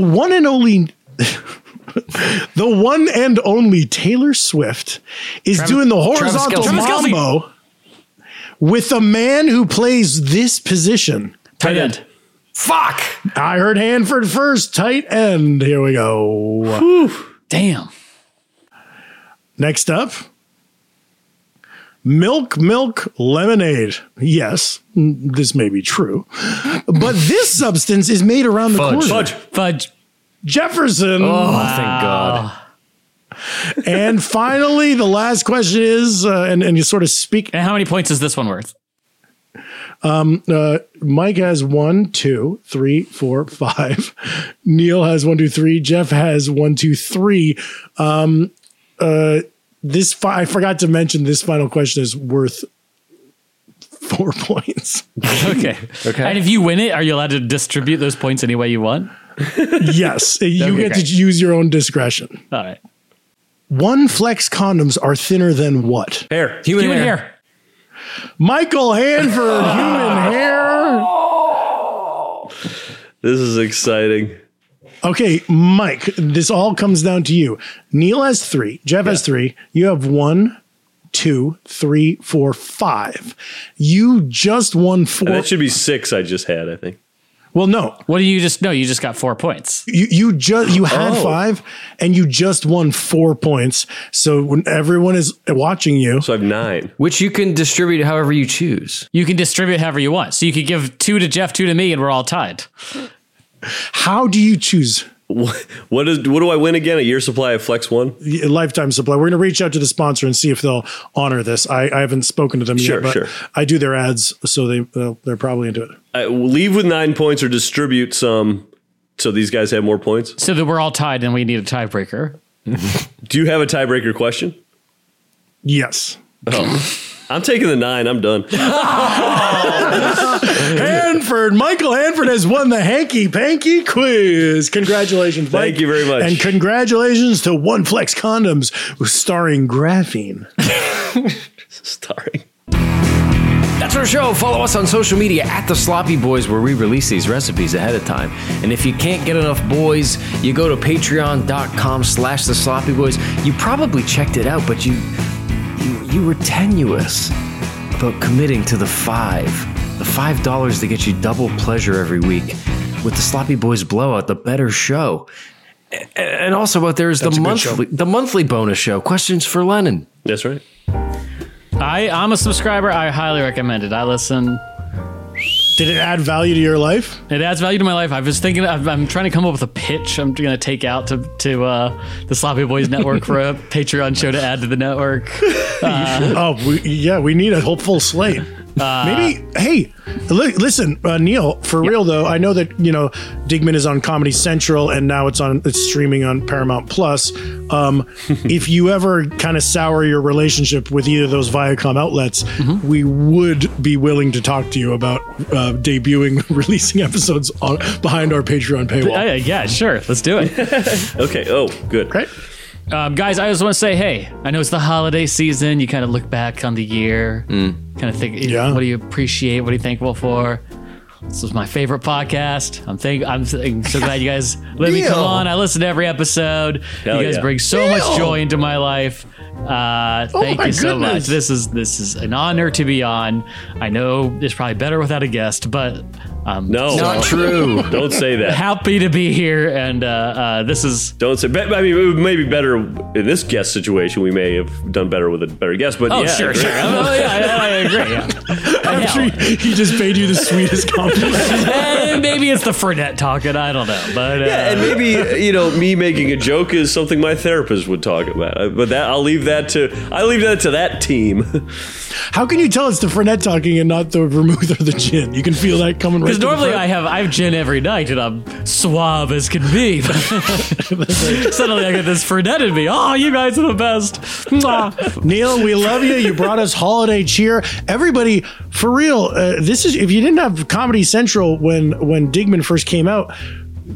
one and only the one and only Taylor Swift is doing the horizontal Travis Kelce. mambo with a man who plays this position. Tight end. Fuck! I heard Hanford first, tight end. Here we go. Damn. Next up, milk, milk, lemonade. Yes, n- this may be true, but this substance is made around the corner. Fudge. Oh. Fudge. Jefferson. Thank God. And finally, the last question is, uh, and, and you sort of speak. And how many points is this one worth? Uh, Mike has one, two, three, four, five. Neil has one, two, three. Jeff has one, two, three. Um, uh, this fi- I forgot to mention. This final question is worth four points. Okay. okay. And if you win it, are you allowed to distribute those points any way you want? Yes, you Okay, get great. to use your own discretion. All right. One flex condoms are thinner than what? Hair. Human, Human hair. hair. Michael Hanford, human hair. This is exciting. Okay, Mike, this all comes down to you. Neil has three, Jeff has three, you have one, two, three, four, five. You just won And four. that should be six I just had, I think. well, no, What do you just know? You just got four points. you, you just you had five and you just won four points. So when everyone is watching you, So I have nine. Which you can distribute however you choose. You can distribute however you want. So you could give two to Jeff, two to me, and we're all tied. how do you choose? What, what is what do I win again? A year supply of Flex One? lifetime supply. We're going to reach out to the sponsor and see if they'll honor this. I, I haven't spoken to them Sure, yet, but sure. I do their ads, so they uh, they're probably into it. I, leave with nine points or distribute some so these guys have more points. So that we're all tied and we need a tiebreaker. Do you have a tiebreaker question? Yes. Oh. I'm taking the nine. I'm done. Hanford, Michael Hanford has won the hanky panky quiz. Congratulations, Mike. Thank you very much. And congratulations to One Flex Condoms, starring graphene. Starring. That's our show. Follow us on social media at The Sloppy Boys, where we release these recipes ahead of time. And if you can't get enough boys, you go to patreon.com slash The Sloppy Boys. You probably checked it out, but you, you, you were tenuous about committing to the five. The five dollars that get you double pleasure every week with The Sloppy Boys Blowout, the better show. A- a- And also out there is the a good monthly, the monthly bonus show, Questions for Lennon. That's right. I, I'm a subscriber. I highly recommend it. I listen. Did it add value to your life? It adds value to my life. I was thinking. I've, I'm trying to come up with a pitch. I'm going to take out to to uh, the Sloppy Boys Network for a Patreon show to add to the network. oh, we, yeah, we need a hopeful slate. Maybe, hey, li- listen, uh, Neil. For real though, I know that you know Digman is on Comedy Central, and now it's on it's streaming on Paramount Plus. Um, if you ever kind of sour your relationship with either of those Viacom outlets, we would be willing to talk to you about uh, debuting, releasing episodes on, behind our Patreon paywall. Yeah, yeah, sure. Let's do it. Okay. Oh, good. right? Um, guys, I just want to say, hey, I know it's the holiday season. You kind of look back on the year, Mm. kind of think, Yeah. what do you appreciate? What are you thankful for? This was my favorite podcast. I'm thank I'm so so glad you guys let me come Neil. on. I listen to every episode. Hell you guys yeah. Oh bring so much joy into my life. Uh, thank my you so much. goodness. This is this is an honor to be on. I know it's probably better without a guest, but um, No. Not true. Don't say that. happy to be here. And uh, uh, this is Don't say. but, I mean, it would maybe better in this guest situation. We may have done better with a better guest. But oh yeah, sure great. sure oh, yeah, yeah, I agree. Yeah. I'm sure he he just paid you the sweetest compliment. Eh, maybe it's the Fernet talking. I don't know, but uh, Yeah, and maybe you know me making a joke is something my therapist would talk about. Uh, But that I'll leave that to I leave that to that team. How can you tell it's the Fernet talking and not the vermouth or the gin? You can feel that coming right. because to the normally front. I have I have gin every night and I'm suave as can be. But Suddenly I get this Fernet in me. Oh, you guys are the best. Mwah. Neil, we love you. You brought us holiday cheer. Everybody, for real, uh, this is if you didn't have Comedy Central when when Digman first came out.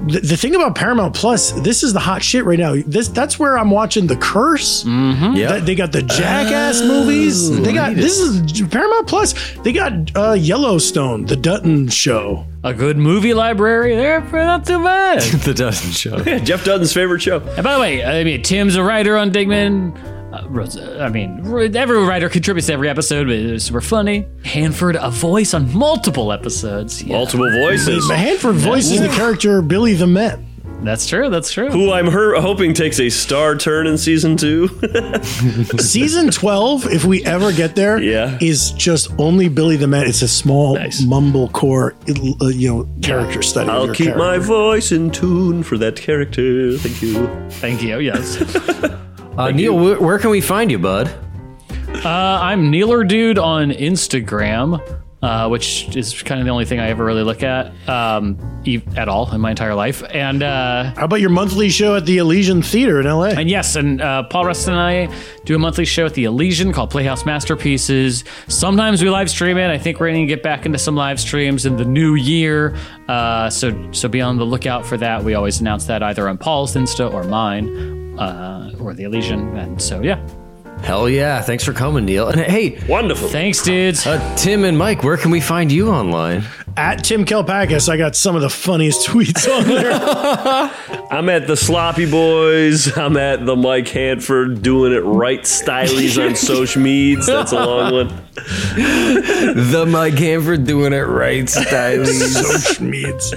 The, the thing about Paramount Plus, this is the hot shit right now. This that's where I'm watching The Curse. Yeah. They got the Jackass movies. They got this is Paramount Plus. They got uh, Yellowstone, the Dutton show. A good movie library there, not too bad. the dozen show. Jeff Dutton's favorite show. And by the way, I mean Tim's a writer on Digman. Uh, Rose- I mean, r- every writer contributes to every episode, but it's super funny. Hanford, a voice on multiple episodes. Yeah, Multiple voices. The Hanford voices the character Billy the Met. that's true. That's true. Who I'm her- hoping takes a star turn in season two. Season 12, if we ever get there, is Yeah. just only Billy the Met. It's a small Nice. mumblecore, uh, you know, character study. of I'll your keep character. my voice in tune for that character. Thank you. Thank you. Yes. Uh, Neil, where, where can we find you, bud? Uh, I'm Kneeler Dude on Instagram, uh, which is kind of the only thing I ever really look at um, e- at all in my entire life. And uh, How about your monthly show at the Elysian Theater in LA? and yes, and uh, Paul Rustin and I do a monthly show at the Elysian called Playhouse Masterpieces. Sometimes we live stream it. I think we're going to get back into some live streams in the new year. Uh, so so be on the lookout for that. We always announce that either on Paul's Insta or mine uh, or the Elysian. And so yeah, Hell yeah. Thanks for coming, Neil. And hey, Wonderful. thanks, dudes. uh, Tim and Mike, where can we find you online? At Tim Kelpakis, I got some of the funniest tweets on there. I'm at the Sloppy Boys. I'm at the Mike Hanford doing it right stylies on social meds. That's a long one. The Mike Hanford doing it right style. so schmeeds.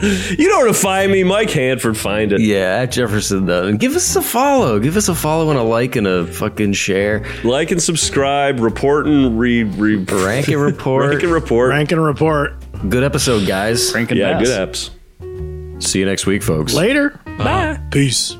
You know where to find me, Mike Hanford. Find it. yeah, at Jefferson though. And give us a follow. Give us a follow and a like and a fucking share. Like and subscribe. Report and read. Re- Rank and report. Rank and report. Rank and report. Good episode, guys. Frank and yeah, Bass. good apps. See you next week, folks. Later. Bye. Peace.